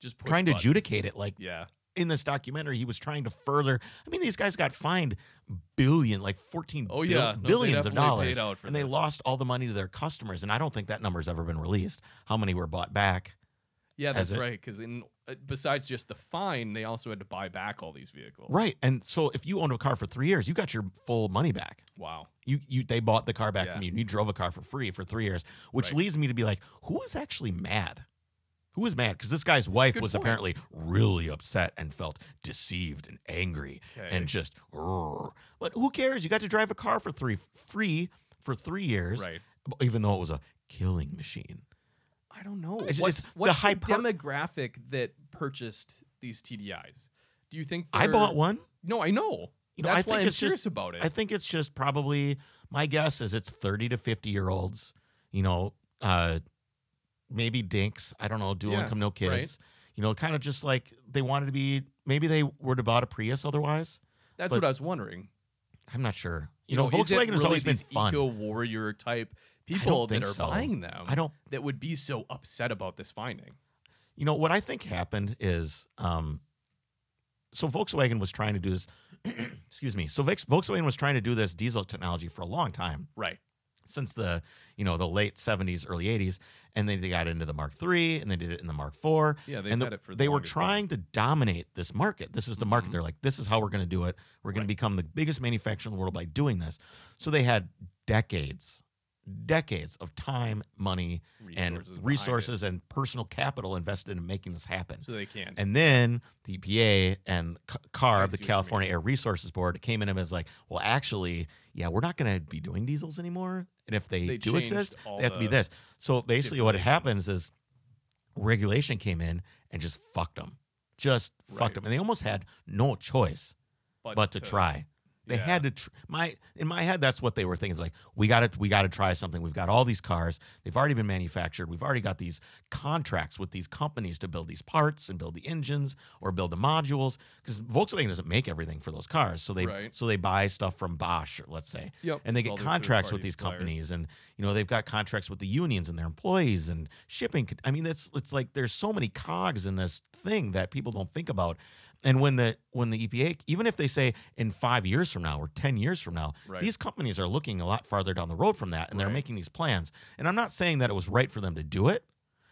[SPEAKER 2] just push
[SPEAKER 1] trying to
[SPEAKER 2] buttons.
[SPEAKER 1] adjudicate it. Like
[SPEAKER 2] Yeah,
[SPEAKER 1] in this documentary, he was trying to further. I mean, these guys got fined billion, like fourteen
[SPEAKER 2] oh
[SPEAKER 1] bil-
[SPEAKER 2] yeah, no, they
[SPEAKER 1] billions of
[SPEAKER 2] definitely
[SPEAKER 1] dollars
[SPEAKER 2] paid out for
[SPEAKER 1] and they
[SPEAKER 2] this.
[SPEAKER 1] lost all the money to their customers. And I don't think that number's ever been released. How many were bought back?
[SPEAKER 2] Yeah, that's
[SPEAKER 1] as it-
[SPEAKER 2] right. Because in uh, besides just the fine, they also had to buy back all these vehicles.
[SPEAKER 1] Right. And so if you owned a car for three years, you got your full money back.
[SPEAKER 2] Wow.
[SPEAKER 1] You, you they bought the car back
[SPEAKER 2] Yeah.
[SPEAKER 1] from you and you drove a car for free for three years, which
[SPEAKER 2] Right.
[SPEAKER 1] leads me to be like, who is actually mad? Who is mad? Because this guy's wife
[SPEAKER 2] Good
[SPEAKER 1] was
[SPEAKER 2] point.
[SPEAKER 1] apparently really upset and felt deceived and angry
[SPEAKER 2] Okay.
[SPEAKER 1] and just, "Rrr." but who cares? You got to drive a car for three free for three years,
[SPEAKER 2] right.
[SPEAKER 1] even though it was a killing machine.
[SPEAKER 2] I don't know.
[SPEAKER 1] It's-
[SPEAKER 2] what's
[SPEAKER 1] it's the
[SPEAKER 2] what's the,
[SPEAKER 1] hyper-
[SPEAKER 2] demographic that purchased these TDIs? Do you think
[SPEAKER 1] I
[SPEAKER 2] they're-
[SPEAKER 1] bought one.
[SPEAKER 2] No, I know.
[SPEAKER 1] You know, I
[SPEAKER 2] That's
[SPEAKER 1] think
[SPEAKER 2] why I'm
[SPEAKER 1] it's just
[SPEAKER 2] curious about it.
[SPEAKER 1] I think it's just probably my guess is it's 30 to 50 year olds, you know, uh maybe dinks, I don't know, dual
[SPEAKER 2] Yeah,
[SPEAKER 1] income no kids.
[SPEAKER 2] right.
[SPEAKER 1] You know, kind of just like they wanted to be maybe they would have bought a Prius otherwise.
[SPEAKER 2] That's
[SPEAKER 1] but-
[SPEAKER 2] what I was wondering.
[SPEAKER 1] I'm not sure. You, know, Volkswagen
[SPEAKER 2] is it
[SPEAKER 1] has
[SPEAKER 2] really
[SPEAKER 1] always been
[SPEAKER 2] these
[SPEAKER 1] fun.
[SPEAKER 2] eco warrior type people that
[SPEAKER 1] think
[SPEAKER 2] are
[SPEAKER 1] so.
[SPEAKER 2] buying them
[SPEAKER 1] I don't
[SPEAKER 2] that would be so upset about this finding.
[SPEAKER 1] you know what I think happened is um so Volkswagen was trying to do this excuse me. So Vex- Volkswagen was trying to do this diesel technology for a long time.
[SPEAKER 2] Right.
[SPEAKER 1] since the you know the late 70s early 80s and then they got into the mark III, and they did it in the mark IV.
[SPEAKER 2] Yeah, they've
[SPEAKER 1] and the-
[SPEAKER 2] had it for the
[SPEAKER 1] they were
[SPEAKER 2] longest time.
[SPEAKER 1] trying to dominate this market this is the market
[SPEAKER 2] Mhm.
[SPEAKER 1] they're like this is how we're going to do it we're going
[SPEAKER 2] Right.
[SPEAKER 1] to become the biggest manufacturer in the world by doing this so they had decades decades of time money
[SPEAKER 2] behind it.
[SPEAKER 1] and resources and personal capital invested in making this happen
[SPEAKER 2] so they can.
[SPEAKER 1] and then the EPA and C-
[SPEAKER 2] I
[SPEAKER 1] CARB, the
[SPEAKER 2] see what you mean.
[SPEAKER 1] California Air Resources Board, came in and was like, well, actually, yeah, we're not going to be doing diesels anymore. And if they,
[SPEAKER 2] They
[SPEAKER 1] do
[SPEAKER 2] changed
[SPEAKER 1] exist,
[SPEAKER 2] all
[SPEAKER 1] they have to be
[SPEAKER 2] the
[SPEAKER 1] this. So basically, what happens is regulation came in and just fucked them, just
[SPEAKER 2] Right.
[SPEAKER 1] fucked them. And they almost had no choice but to try. They
[SPEAKER 2] yeah.
[SPEAKER 1] had to tr- my in my head that's what they were thinking like we got to we got to try something. We've got all these cars. They've already been manufactured. We've already got these contracts with these companies to build these parts and build the engines or build the modules cuz Volkswagen doesn't make everything for those cars. So they
[SPEAKER 2] Right.
[SPEAKER 1] so they buy stuff from Bosch, or let's say.
[SPEAKER 2] Yep.
[SPEAKER 1] And they
[SPEAKER 2] It's all
[SPEAKER 1] get
[SPEAKER 2] their
[SPEAKER 1] contracts with
[SPEAKER 2] third-party
[SPEAKER 1] these
[SPEAKER 2] suppliers.
[SPEAKER 1] companies and you know they've got contracts with the unions and their employees and shipping co- I mean that's it's like there's so many cogs in this thing that people don't think about. And when the when the EPA even if they say in 5 years from now or 10 years from now
[SPEAKER 2] Right.
[SPEAKER 1] these companies are looking a lot farther down the road from that and they're
[SPEAKER 2] Right.
[SPEAKER 1] making these plans. And I'm not saying that it was right for them to do it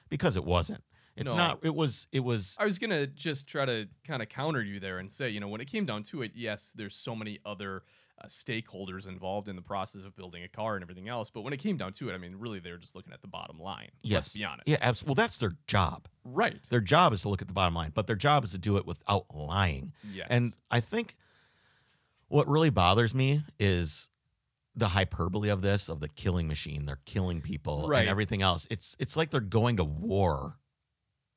[SPEAKER 1] because it wasn't. It's
[SPEAKER 2] No.
[SPEAKER 1] not it was it was
[SPEAKER 2] I was gonna just try to kind of counter you there and say, you know, when it came down to it, yes, there's so many other uh, stakeholders involved in the process of building a car and everything else, but when it came down to it, I mean, really, they're just looking at the bottom line. Let's
[SPEAKER 1] Yes.
[SPEAKER 2] be honest.
[SPEAKER 1] yeah, abs- well that's their job.
[SPEAKER 2] Right.
[SPEAKER 1] Their job is to look at the bottom line, but their job is to do it without lying.
[SPEAKER 2] Yes.
[SPEAKER 1] And I think what really bothers me is the hyperbole of this, of the killing machine. They're killing people
[SPEAKER 2] Right.
[SPEAKER 1] and everything else. It's it's like they're going to war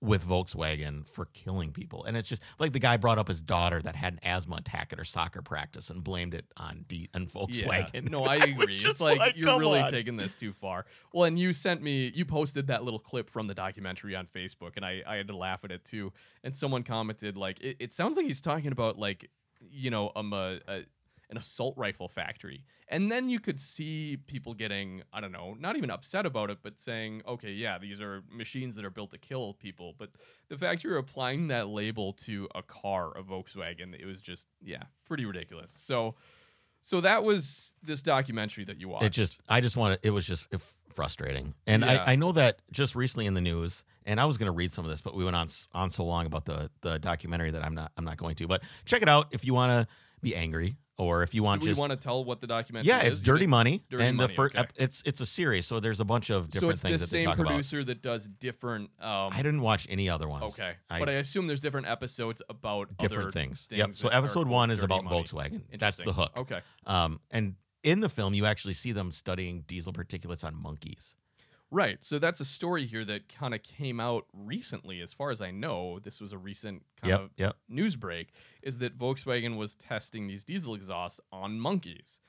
[SPEAKER 1] with Volkswagen for killing people. And it's just like the guy brought up his daughter that had an asthma attack at her soccer practice and blamed it on D and
[SPEAKER 2] Yeah.
[SPEAKER 1] Volkswagen.
[SPEAKER 2] No, I agree. it's
[SPEAKER 1] just
[SPEAKER 2] like,
[SPEAKER 1] like,
[SPEAKER 2] you're
[SPEAKER 1] come
[SPEAKER 2] really
[SPEAKER 1] on.
[SPEAKER 2] taking this too far. Well, and you sent me, you posted that little clip from the documentary on Facebook, and I, I had to laugh at it too. And someone commented like, it, it sounds like he's talking about like, you know, um, a, a, an an assault rifle factory. And then you could see people getting, I don't know, not even upset about it, but saying, okay, yeah, these are machines that are built to kill people. But the fact you're applying that label to a car, a Volkswagen, it was just, yeah, pretty ridiculous. So, so that was this documentary that you watched.
[SPEAKER 1] It just, I just want to, it was just f- frustrating. And
[SPEAKER 2] Yeah.
[SPEAKER 1] I, I know that just recently in the news, and I was going to read some of this, but we went on s- on so long about the the documentary that I'm not I'm not going to. But check it out if you want to be angry or if you
[SPEAKER 2] Do
[SPEAKER 1] want
[SPEAKER 2] we
[SPEAKER 1] just
[SPEAKER 2] want to tell what the documentary
[SPEAKER 1] yeah,
[SPEAKER 2] is?
[SPEAKER 1] it's
[SPEAKER 2] You
[SPEAKER 1] Dirty
[SPEAKER 2] think-
[SPEAKER 1] Money,
[SPEAKER 2] Dirty
[SPEAKER 1] and
[SPEAKER 2] Money,
[SPEAKER 1] the first
[SPEAKER 2] okay.
[SPEAKER 1] it's it's a series, so there's a bunch of
[SPEAKER 2] So
[SPEAKER 1] different
[SPEAKER 2] it's
[SPEAKER 1] things
[SPEAKER 2] the
[SPEAKER 1] that they
[SPEAKER 2] same
[SPEAKER 1] talk about.
[SPEAKER 2] producer that does different. Um,
[SPEAKER 1] I didn't watch any other ones.
[SPEAKER 2] Okay,
[SPEAKER 1] I-
[SPEAKER 2] but I assume there's different episodes about
[SPEAKER 1] different
[SPEAKER 2] other
[SPEAKER 1] things. Yep.
[SPEAKER 2] things
[SPEAKER 1] So
[SPEAKER 2] that are
[SPEAKER 1] episode one is
[SPEAKER 2] dirty
[SPEAKER 1] about
[SPEAKER 2] money.
[SPEAKER 1] Volkswagen. That's the
[SPEAKER 2] Interesting. Oh.
[SPEAKER 1] hook.
[SPEAKER 2] Okay.
[SPEAKER 1] Um, and in the film, you actually see them studying diesel particulates on monkeys.
[SPEAKER 2] Right. So that's a story here that kind of came out recently, as far as I know. This was a recent kind of
[SPEAKER 1] Yep.
[SPEAKER 2] news break is that Volkswagen was testing these diesel exhausts on monkeys.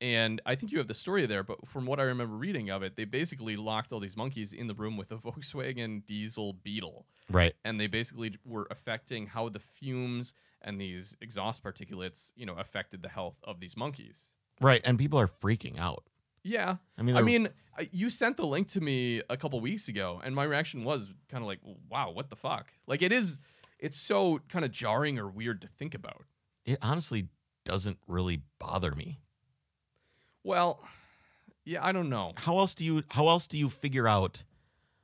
[SPEAKER 2] And I think you have the story there, but from what I remember reading of it, they basically locked all these monkeys in the room with a Volkswagen diesel beetle.
[SPEAKER 1] Right.
[SPEAKER 2] And they basically were affecting how the fumes and these exhaust particulates, you know, affected the health of these monkeys.
[SPEAKER 1] Right. And people are freaking out.
[SPEAKER 2] Yeah.
[SPEAKER 1] I mean,
[SPEAKER 2] I
[SPEAKER 1] they're-
[SPEAKER 2] mean, I- you sent the link to me a couple weeks ago, and my reaction was kind of like, "Wow, what the fuck?" Like it is, it's so kind of jarring or weird to think about.
[SPEAKER 1] it honestly doesn't really bother me.
[SPEAKER 2] Well, yeah, I don't know.
[SPEAKER 1] How else do you how else do you figure out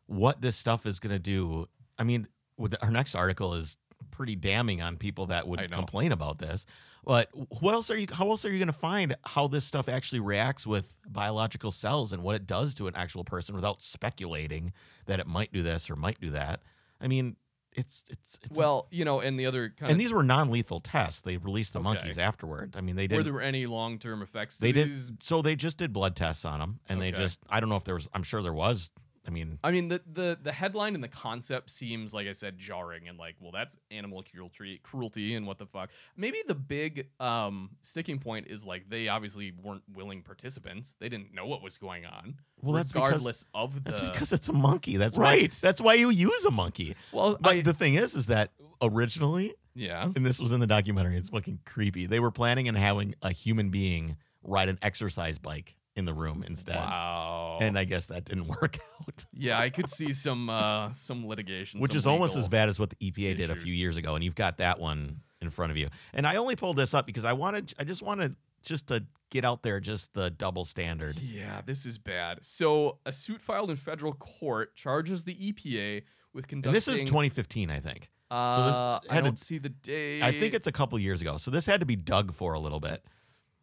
[SPEAKER 1] what this stuff is going to do? I mean, with our next article is pretty damning on people that
[SPEAKER 2] I
[SPEAKER 1] would
[SPEAKER 2] know.
[SPEAKER 1] complain about this. But what else are you how else are you going to find how this stuff actually reacts with biological cells and what it does to an actual person without speculating that it might do this or might do that? I mean, it's it's it's
[SPEAKER 2] well, you know, and the other kind
[SPEAKER 1] and
[SPEAKER 2] of
[SPEAKER 1] these were non-lethal tests. They released the
[SPEAKER 2] Okay.
[SPEAKER 1] monkeys afterward. I mean, they
[SPEAKER 2] were
[SPEAKER 1] didn't
[SPEAKER 2] there any long term effects? to
[SPEAKER 1] They didn't-
[SPEAKER 2] these?
[SPEAKER 1] so they just did blood tests on them and they
[SPEAKER 2] Okay.
[SPEAKER 1] just i don't know if there was i'm sure there was i mean
[SPEAKER 2] I mean, the, the the headline and the concept seems like I said jarring and like, well, that's animal cruelty, cruelty, and what the fuck. Maybe the big um, sticking point is like they obviously weren't willing participants. They didn't know what was going on.
[SPEAKER 1] well that's because
[SPEAKER 2] regardless of the
[SPEAKER 1] that's because it's a monkey that's right
[SPEAKER 2] Right.
[SPEAKER 1] that's why you use a monkey
[SPEAKER 2] well
[SPEAKER 1] but Oh.
[SPEAKER 2] I-
[SPEAKER 1] the thing is is that originally
[SPEAKER 2] yeah
[SPEAKER 1] and this was in the documentary it's fucking creepy they were planning on having a human being ride an exercise bike in the room instead
[SPEAKER 2] wow
[SPEAKER 1] and i guess that didn't work out
[SPEAKER 2] yeah i could see some uh some litigation
[SPEAKER 1] which
[SPEAKER 2] some
[SPEAKER 1] is almost
[SPEAKER 2] legal-
[SPEAKER 1] as bad as what the EPA did a few
[SPEAKER 2] issues.
[SPEAKER 1] years ago, and you've got that one in front of you. And I only pulled this up because I wanted, I just wanted just to get out there, just the double standard.
[SPEAKER 2] yeah this is bad so a suit filed in federal court charges the epa with conducting
[SPEAKER 1] And this is 2015, I think.
[SPEAKER 2] uh, i
[SPEAKER 1] had to-
[SPEAKER 2] don't see the date
[SPEAKER 1] I think it's a couple years ago, so this had to be dug for a little bit.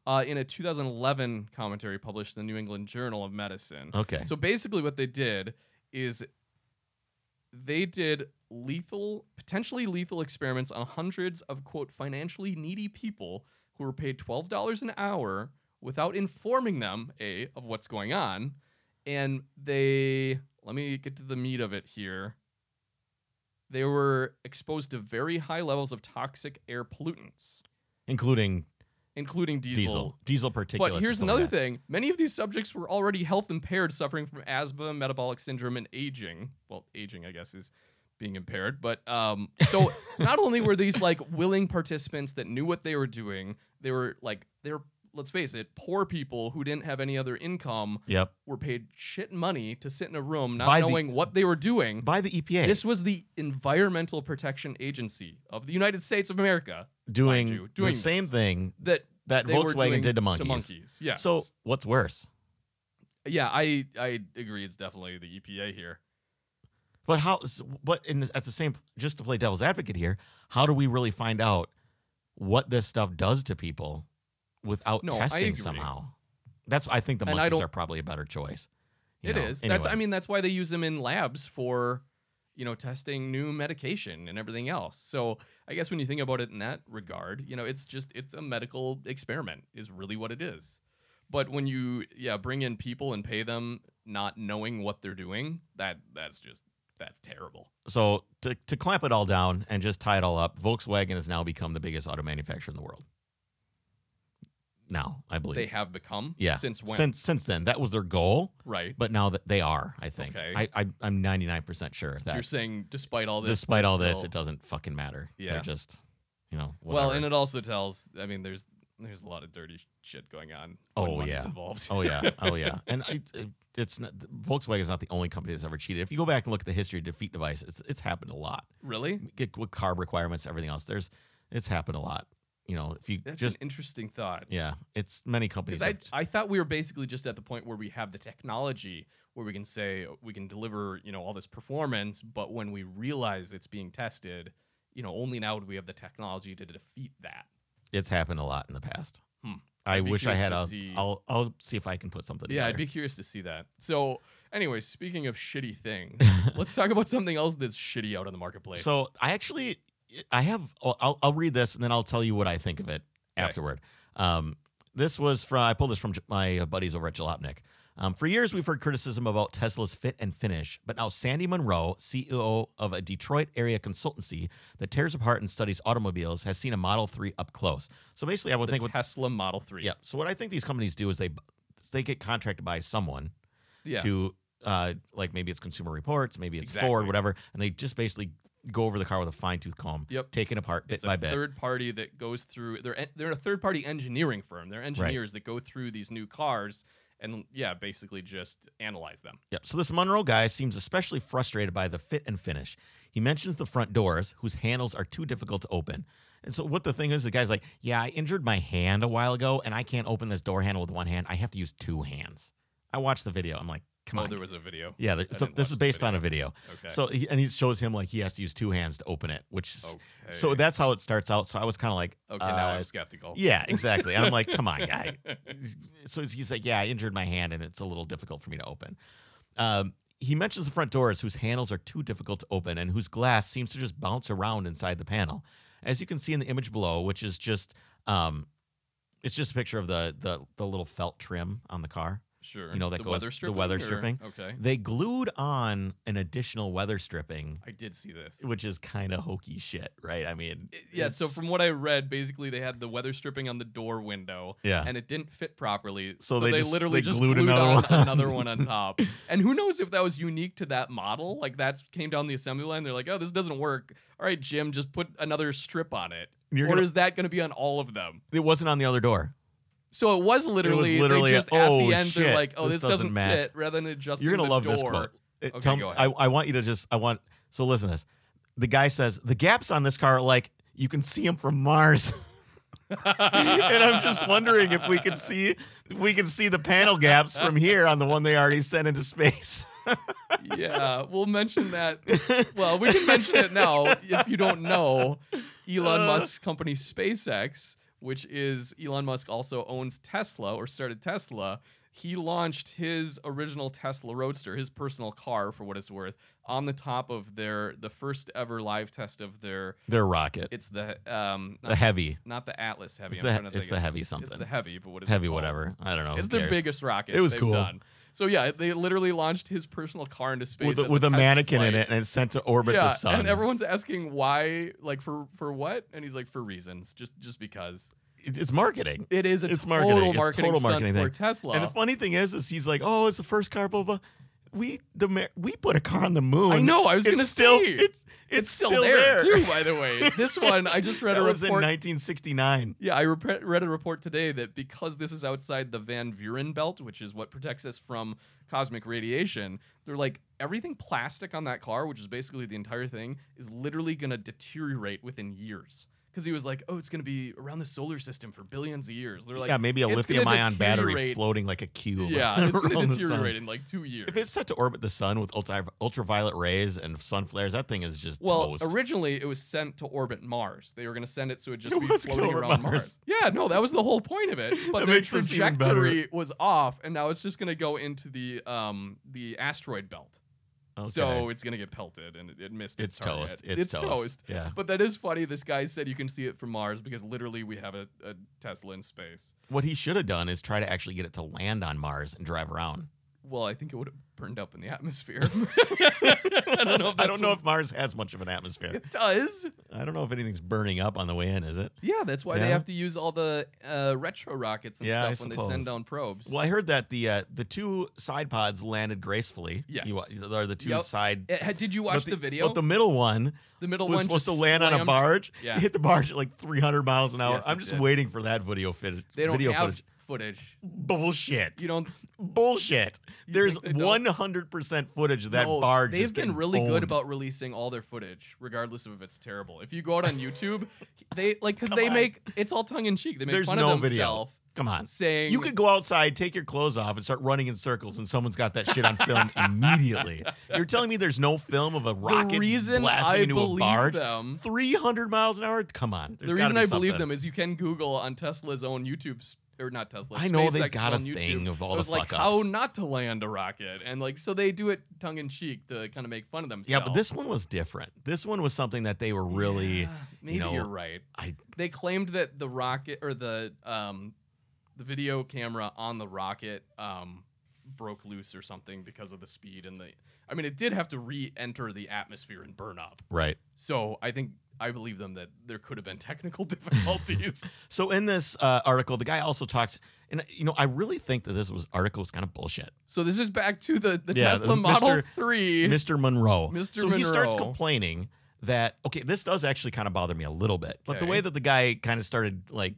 [SPEAKER 2] uh, in a 2011 commentary published in the new england journal of medicine
[SPEAKER 1] Okay,
[SPEAKER 2] So basically, what they did is they did lethal, potentially lethal experiments on hundreds of quote financially needy people who were paid twelve dollars an hour without informing them a of what's going on, and they let me get to the meat of it here. They were exposed to very high levels of toxic air pollutants,
[SPEAKER 1] including
[SPEAKER 2] including
[SPEAKER 1] diesel, diesel, particulates.
[SPEAKER 2] but
[SPEAKER 1] and
[SPEAKER 2] here's
[SPEAKER 1] stuff like
[SPEAKER 2] another
[SPEAKER 1] that.
[SPEAKER 2] thing. Many of these subjects were already health impaired, suffering from asthma, metabolic syndrome, and aging. Well, aging, I guess, is being impaired. But um, so not only were these like willing participants that knew what they were doing, they were like, they were, let's face it, poor people who didn't have any other income
[SPEAKER 1] Yep,
[SPEAKER 2] were paid shit money to sit in a room not
[SPEAKER 1] By the-
[SPEAKER 2] knowing what they were doing.
[SPEAKER 1] by the E EPA,
[SPEAKER 2] This was the Environmental Protection Agency of the United States of America
[SPEAKER 1] doing,
[SPEAKER 2] you, doing
[SPEAKER 1] the same
[SPEAKER 2] this.
[SPEAKER 1] thing
[SPEAKER 2] that
[SPEAKER 1] that
[SPEAKER 2] they were doing
[SPEAKER 1] Volkswagen did to monkeys.
[SPEAKER 2] To monkeys. Yes.
[SPEAKER 1] So what's worse?
[SPEAKER 2] Yeah, I I agree. It's definitely the EPA here.
[SPEAKER 1] But how? But in this, at the same, just to play devil's advocate here, how do we really find out what this stuff does to people without
[SPEAKER 2] No, I
[SPEAKER 1] testing
[SPEAKER 2] agree.
[SPEAKER 1] somehow? That's I think the
[SPEAKER 2] And I
[SPEAKER 1] monkeys
[SPEAKER 2] don't-
[SPEAKER 1] are probably a better choice. you
[SPEAKER 2] It is.
[SPEAKER 1] know?
[SPEAKER 2] That's
[SPEAKER 1] Anyway.
[SPEAKER 2] I mean that's why they use them in labs for you know testing new medication and everything else. So I guess when you think about it in that regard, you know it's just it's a medical experiment is really what it is. But when you yeah bring in people and pay them not knowing what they're doing, that that's just that's terrible.
[SPEAKER 1] So to to clamp it all down and just tie it all up, Volkswagen has now become the biggest auto manufacturer in the world. Now I believe.
[SPEAKER 2] They have become
[SPEAKER 1] yeah.
[SPEAKER 2] since when
[SPEAKER 1] Since since then, that was their goal,
[SPEAKER 2] right.
[SPEAKER 1] but now that they are, I think.
[SPEAKER 2] Okay.
[SPEAKER 1] I, I I'm 99% sure
[SPEAKER 2] So you're
[SPEAKER 1] that
[SPEAKER 2] saying despite all this,
[SPEAKER 1] despite
[SPEAKER 2] we're
[SPEAKER 1] all this,
[SPEAKER 2] still-
[SPEAKER 1] it doesn't fucking matter.
[SPEAKER 2] Yeah.
[SPEAKER 1] They're just, you know,
[SPEAKER 2] Well,
[SPEAKER 1] whatever.
[SPEAKER 2] and it also tells. I mean, there's there's a lot of dirty shit going on.
[SPEAKER 1] Oh,
[SPEAKER 2] when money's
[SPEAKER 1] yeah.
[SPEAKER 2] involved.
[SPEAKER 1] Oh yeah, oh yeah, and I, it, it's not Volkswagen's not the only company that's ever cheated. If you go back and look at the history of defeat device, it's it's happened a lot.
[SPEAKER 2] really?
[SPEAKER 1] Get with carb requirements, everything else. There's it's happened a lot. You know, if you
[SPEAKER 2] That's
[SPEAKER 1] just
[SPEAKER 2] an interesting thought.
[SPEAKER 1] yeah, it's many companies.
[SPEAKER 2] Because I,
[SPEAKER 1] have-
[SPEAKER 2] I thought we were basically just at the point where we have the technology where we can say we can deliver you know all this performance, but when we realize it's being tested, you know only now do we have the technology to defeat that.
[SPEAKER 1] it's happened a lot in the past.
[SPEAKER 2] Hmm.
[SPEAKER 1] I
[SPEAKER 2] I'd be
[SPEAKER 1] wish I
[SPEAKER 2] curious
[SPEAKER 1] had
[SPEAKER 2] to
[SPEAKER 1] a.
[SPEAKER 2] see-
[SPEAKER 1] will I'll see if I can put something.
[SPEAKER 2] Yeah, I'd
[SPEAKER 1] together.
[SPEAKER 2] be curious to see that. So, anyway, speaking of shitty things, let's talk about something else that's shitty out on the marketplace.
[SPEAKER 1] So I actually, I have. I'll- I'll, I'll read this and then I'll tell you what I think of it
[SPEAKER 2] Okay.
[SPEAKER 1] afterward. Um, this was from I pulled this from my buddies over at Jalopnik. Um, for years, we've heard criticism about Tesla's fit and finish, but now Sandy Monroe, CEO of a Detroit area consultancy that tears apart and studies automobiles, has seen a Model 3 up close. So basically, I would
[SPEAKER 2] the
[SPEAKER 1] think, what,
[SPEAKER 2] Tesla Model Three.
[SPEAKER 1] yeah. So what I think these companies do is they they get contracted by someone
[SPEAKER 2] yeah.
[SPEAKER 1] to uh, like maybe it's Consumer Reports, maybe it's
[SPEAKER 2] Exactly.
[SPEAKER 1] Ford, whatever, and they just basically go over the car with a fine tooth comb,
[SPEAKER 2] Yep.
[SPEAKER 1] taking apart bit
[SPEAKER 2] It's
[SPEAKER 1] by
[SPEAKER 2] a
[SPEAKER 1] bit.
[SPEAKER 2] third party that goes through. They're en- they're a third party engineering firm. They're engineers that go through these new cars and yeah, basically just analyze them.
[SPEAKER 1] Yep. So this Monroe guy seems especially frustrated by the fit and finish. He mentions the front doors, whose handles are too difficult to open. And so what the thing is, the guy's like, "Yeah, I injured my hand a while ago, and I can't open this door handle with one hand. I have to use two hands." I watched the video. I'm like, "Come
[SPEAKER 2] oh,
[SPEAKER 1] on."
[SPEAKER 2] there was a video.
[SPEAKER 1] yeah, there,
[SPEAKER 2] I
[SPEAKER 1] so
[SPEAKER 2] didn't
[SPEAKER 1] this
[SPEAKER 2] watch
[SPEAKER 1] is
[SPEAKER 2] the
[SPEAKER 1] based
[SPEAKER 2] video.
[SPEAKER 1] on a video.
[SPEAKER 2] Okay. Oh,
[SPEAKER 1] So he, and he shows him like he has to use two hands to open it, which is,
[SPEAKER 2] okay.
[SPEAKER 1] so that's how it starts out. So I was kind of like,
[SPEAKER 2] okay. Now
[SPEAKER 1] uh,
[SPEAKER 2] I'm skeptical.
[SPEAKER 1] Yeah, exactly. And I'm like, come on, guy. So he's like, yeah, I injured my hand and it's a little difficult for me to open. Um, he mentions the front doors whose handles are too difficult to open and whose glass seems to just bounce around inside the panel. As you can see in the image below, which is just um, it's just a picture of the the the little felt trim on the car.
[SPEAKER 2] sure.
[SPEAKER 1] you know, that
[SPEAKER 2] the
[SPEAKER 1] goes-
[SPEAKER 2] weather
[SPEAKER 1] the
[SPEAKER 2] stripping
[SPEAKER 1] weather
[SPEAKER 2] or-
[SPEAKER 1] stripping.
[SPEAKER 2] Okay.
[SPEAKER 1] They glued on an additional weather stripping,
[SPEAKER 2] I did see this.
[SPEAKER 1] which is kind of hokey shit, right? I mean,
[SPEAKER 2] Yeah, so
[SPEAKER 1] it's-
[SPEAKER 2] from what I read, basically they had the weather stripping on the door window,
[SPEAKER 1] yeah,
[SPEAKER 2] and it didn't fit properly.
[SPEAKER 1] So they just-
[SPEAKER 2] literally
[SPEAKER 1] they
[SPEAKER 2] just
[SPEAKER 1] glued
[SPEAKER 2] glued,
[SPEAKER 1] another
[SPEAKER 2] on
[SPEAKER 1] one on.
[SPEAKER 2] another one on top. And who knows if that was unique to that model? Like that's came down the assembly line. They're like, oh, this doesn't work. All right, Jim, just put another strip on it.
[SPEAKER 1] You're
[SPEAKER 2] or
[SPEAKER 1] gonna-
[SPEAKER 2] is that going to be on all of them?
[SPEAKER 1] it wasn't on the other door.
[SPEAKER 2] So it was literally,
[SPEAKER 1] literally
[SPEAKER 2] they just
[SPEAKER 1] a-
[SPEAKER 2] at
[SPEAKER 1] oh,
[SPEAKER 2] the end
[SPEAKER 1] shit,
[SPEAKER 2] they're like, oh,
[SPEAKER 1] this
[SPEAKER 2] this,
[SPEAKER 1] doesn't
[SPEAKER 2] doesn't,
[SPEAKER 1] match.
[SPEAKER 2] fit. Rather than adjusting
[SPEAKER 1] You're gonna
[SPEAKER 2] the
[SPEAKER 1] love
[SPEAKER 2] door.
[SPEAKER 1] this quote. It-
[SPEAKER 2] Okay,
[SPEAKER 1] tell me,
[SPEAKER 2] go
[SPEAKER 1] I, I want you to just I want so listen to this. The guy says the gaps on this car are like you can see them from Mars, and I'm just wondering if we could see if we could see the panel gaps from here on the one they already sent into space.
[SPEAKER 2] yeah, we'll mention that. Well, we can mention it now. If you don't know, Elon
[SPEAKER 1] Uh.
[SPEAKER 2] Musk's company SpaceX, which is Elon Musk also owns Tesla or started Tesla, he launched his original Tesla Roadster, his personal car for what it's worth, on the top of their the first ever live test of their
[SPEAKER 1] Their rocket,
[SPEAKER 2] it's the um
[SPEAKER 1] the
[SPEAKER 2] not,
[SPEAKER 1] heavy,
[SPEAKER 2] not the Atlas heavy.
[SPEAKER 1] it's
[SPEAKER 2] I'm
[SPEAKER 1] the,
[SPEAKER 2] trying to
[SPEAKER 1] it's
[SPEAKER 2] think
[SPEAKER 1] the
[SPEAKER 2] of-
[SPEAKER 1] heavy
[SPEAKER 2] It's
[SPEAKER 1] something,
[SPEAKER 2] the heavy, but what is it
[SPEAKER 1] heavy
[SPEAKER 2] called?
[SPEAKER 1] whatever. I don't know. who
[SPEAKER 2] It's their
[SPEAKER 1] cares?
[SPEAKER 2] biggest rocket.
[SPEAKER 1] It was
[SPEAKER 2] they've
[SPEAKER 1] cool.
[SPEAKER 2] Done. So yeah, they literally launched his personal car into space
[SPEAKER 1] with,
[SPEAKER 2] as
[SPEAKER 1] with a,
[SPEAKER 2] test
[SPEAKER 1] mannequin in
[SPEAKER 2] flight.
[SPEAKER 1] it, and it's sent to orbit
[SPEAKER 2] yeah,
[SPEAKER 1] the sun.
[SPEAKER 2] and everyone's asking why, like for for what, and he's like for reasons, just just because.
[SPEAKER 1] It- it's marketing.
[SPEAKER 2] It is a
[SPEAKER 1] It's
[SPEAKER 2] total
[SPEAKER 1] marketing. It's
[SPEAKER 2] marketing
[SPEAKER 1] total
[SPEAKER 2] stunt
[SPEAKER 1] marketing
[SPEAKER 2] for
[SPEAKER 1] thing.
[SPEAKER 2] Tesla.
[SPEAKER 1] And the funny thing is, is he's like, "Oh, it's the first car, blah blah." We the Mer- we put a car on the moon.
[SPEAKER 2] I know. I was
[SPEAKER 1] it's
[SPEAKER 2] gonna
[SPEAKER 1] still
[SPEAKER 2] say.
[SPEAKER 1] it's, it's
[SPEAKER 2] still, there, too. By the way, this one I just read
[SPEAKER 1] that
[SPEAKER 2] a
[SPEAKER 1] was in
[SPEAKER 2] report.
[SPEAKER 1] 1969.
[SPEAKER 2] Yeah, I repre- read a report today that because this is outside the Van Buren belt, which is what protects us from cosmic radiation, they're like everything plastic on that car, which is basically the entire thing, is literally going to deteriorate within years. Because he was like, "Oh, it's going to be around the solar system for billions of years." They're like,
[SPEAKER 1] yeah, maybe a
[SPEAKER 2] "It's gonna
[SPEAKER 1] lithium-ion battery
[SPEAKER 2] deteriorate."
[SPEAKER 1] floating like a cube.
[SPEAKER 2] Yeah, it's going
[SPEAKER 1] around
[SPEAKER 2] to
[SPEAKER 1] the sun.
[SPEAKER 2] deteriorate in like two years.
[SPEAKER 1] If it's set to orbit the sun with ultra- ultraviolet rays and sun flares, that thing is just
[SPEAKER 2] Well,
[SPEAKER 1] toast.
[SPEAKER 2] originally it was sent to orbit Mars. They were going to send it so it just
[SPEAKER 1] It
[SPEAKER 2] be
[SPEAKER 1] was gonna
[SPEAKER 2] floating
[SPEAKER 1] orbit
[SPEAKER 2] around Mars.
[SPEAKER 1] Mars.
[SPEAKER 2] Yeah, no, that was the whole point of it. But
[SPEAKER 1] That
[SPEAKER 2] the
[SPEAKER 1] makes this even better.
[SPEAKER 2] trajectory was off, and now it's just going to go into the um the asteroid belt.
[SPEAKER 1] Okay.
[SPEAKER 2] So it's going to get pelted, and it, it missed its,
[SPEAKER 1] it's
[SPEAKER 2] target.
[SPEAKER 1] toast. It's,
[SPEAKER 2] toast.
[SPEAKER 1] Yeah.
[SPEAKER 2] But that is funny. This guy said you can see it from Mars because literally we have a, a Tesla in space.
[SPEAKER 1] What he should have done is try to actually get it to land on Mars and drive around.
[SPEAKER 2] Well, I think it would have burned up in the atmosphere. I don't know if that's
[SPEAKER 1] I don't know
[SPEAKER 2] what
[SPEAKER 1] if Mars has much of an atmosphere.
[SPEAKER 2] it does.
[SPEAKER 1] I don't know if anything's burning up on the way in, is it?
[SPEAKER 2] Yeah, that's why they
[SPEAKER 1] Yeah.
[SPEAKER 2] have to use all the uh, retro rockets and
[SPEAKER 1] Yeah, I
[SPEAKER 2] stuff when they send
[SPEAKER 1] suppose.
[SPEAKER 2] down probes.
[SPEAKER 1] Well, I heard that the uh, the two side pods landed gracefully.
[SPEAKER 2] Yes.
[SPEAKER 1] you, are the two
[SPEAKER 2] Yep.
[SPEAKER 1] side.
[SPEAKER 2] Eh, had- did you
[SPEAKER 1] but
[SPEAKER 2] watch the, video?
[SPEAKER 1] But the middle one
[SPEAKER 2] the middle
[SPEAKER 1] was
[SPEAKER 2] one
[SPEAKER 1] supposed to
[SPEAKER 2] just
[SPEAKER 1] land on a
[SPEAKER 2] slammed-
[SPEAKER 1] barge.
[SPEAKER 2] Yeah.
[SPEAKER 1] It hit the barge at like 300 miles an hour.
[SPEAKER 2] Yes,
[SPEAKER 1] I'm
[SPEAKER 2] it
[SPEAKER 1] just
[SPEAKER 2] did.
[SPEAKER 1] waiting for that video footage.
[SPEAKER 2] They don't
[SPEAKER 1] video
[SPEAKER 2] have
[SPEAKER 1] footage.
[SPEAKER 2] footage.
[SPEAKER 1] Bullshit.
[SPEAKER 2] You don't.
[SPEAKER 1] Bullshit.
[SPEAKER 2] You
[SPEAKER 1] There's
[SPEAKER 2] think they don't?
[SPEAKER 1] 100% footage of that
[SPEAKER 2] no,
[SPEAKER 1] barge.
[SPEAKER 2] They've
[SPEAKER 1] just
[SPEAKER 2] been
[SPEAKER 1] getting
[SPEAKER 2] really good
[SPEAKER 1] owned.
[SPEAKER 2] about releasing all their footage, regardless of if it's terrible. If you go out on YouTube, they like because
[SPEAKER 1] Come
[SPEAKER 2] they
[SPEAKER 1] on.
[SPEAKER 2] make it's all tongue in cheek. They make
[SPEAKER 1] There's
[SPEAKER 2] fun
[SPEAKER 1] no
[SPEAKER 2] of
[SPEAKER 1] video.
[SPEAKER 2] themselves,
[SPEAKER 1] Come on.
[SPEAKER 2] saying
[SPEAKER 1] You could go outside, take your clothes off, and start running in circles, and someone's got that shit on film immediately. You're telling me there's no film of a rocket
[SPEAKER 2] the reason
[SPEAKER 1] blasting
[SPEAKER 2] I
[SPEAKER 1] into a
[SPEAKER 2] believe
[SPEAKER 1] barge?
[SPEAKER 2] them.
[SPEAKER 1] 300 Mm-hmm. miles an hour? Come on. There's
[SPEAKER 2] the
[SPEAKER 1] gotta
[SPEAKER 2] reason
[SPEAKER 1] be
[SPEAKER 2] I believe
[SPEAKER 1] something.
[SPEAKER 2] them is you can Google on Tesla's own YouTube s- or not Tesla.
[SPEAKER 1] I know
[SPEAKER 2] SpaceX
[SPEAKER 1] they've got a
[SPEAKER 2] own YouTube.
[SPEAKER 1] thing of all
[SPEAKER 2] it
[SPEAKER 1] the
[SPEAKER 2] was like
[SPEAKER 1] fuck
[SPEAKER 2] how
[SPEAKER 1] ups.
[SPEAKER 2] not to land a rocket, and like so they do it tongue in cheek to kind of make fun of themselves.
[SPEAKER 1] Yeah, but this one was different. This one was something that they were really.
[SPEAKER 2] Yeah, maybe
[SPEAKER 1] know,
[SPEAKER 2] are right.
[SPEAKER 1] I-
[SPEAKER 2] they claimed that the rocket or the um the video camera on the rocket um broke loose or something because of the speed and the. I mean, it did have to re-enter the atmosphere and burn up.
[SPEAKER 1] Right.
[SPEAKER 2] So I think I believe them that there could have been technical difficulties.
[SPEAKER 1] So in this uh, article, the guy also talks, and you know, I really think that this was article was kind of bullshit.
[SPEAKER 2] So this is back to the, the
[SPEAKER 1] Yeah,
[SPEAKER 2] Tesla
[SPEAKER 1] Mr.
[SPEAKER 2] Model 3.
[SPEAKER 1] Mr. Monroe.
[SPEAKER 2] Mr.
[SPEAKER 1] So he starts
[SPEAKER 2] Monroe.
[SPEAKER 1] complaining that okay, this does actually kind of bother me a little bit, but the
[SPEAKER 2] Okay.
[SPEAKER 1] way that the guy kind of started like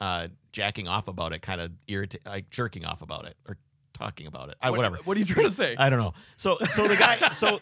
[SPEAKER 1] uh, jacking off about it, kind of irritating, like jerking off about it or talking about it, I,
[SPEAKER 2] What-
[SPEAKER 1] whatever.
[SPEAKER 2] What are you trying to say?
[SPEAKER 1] I don't know. So so the guy so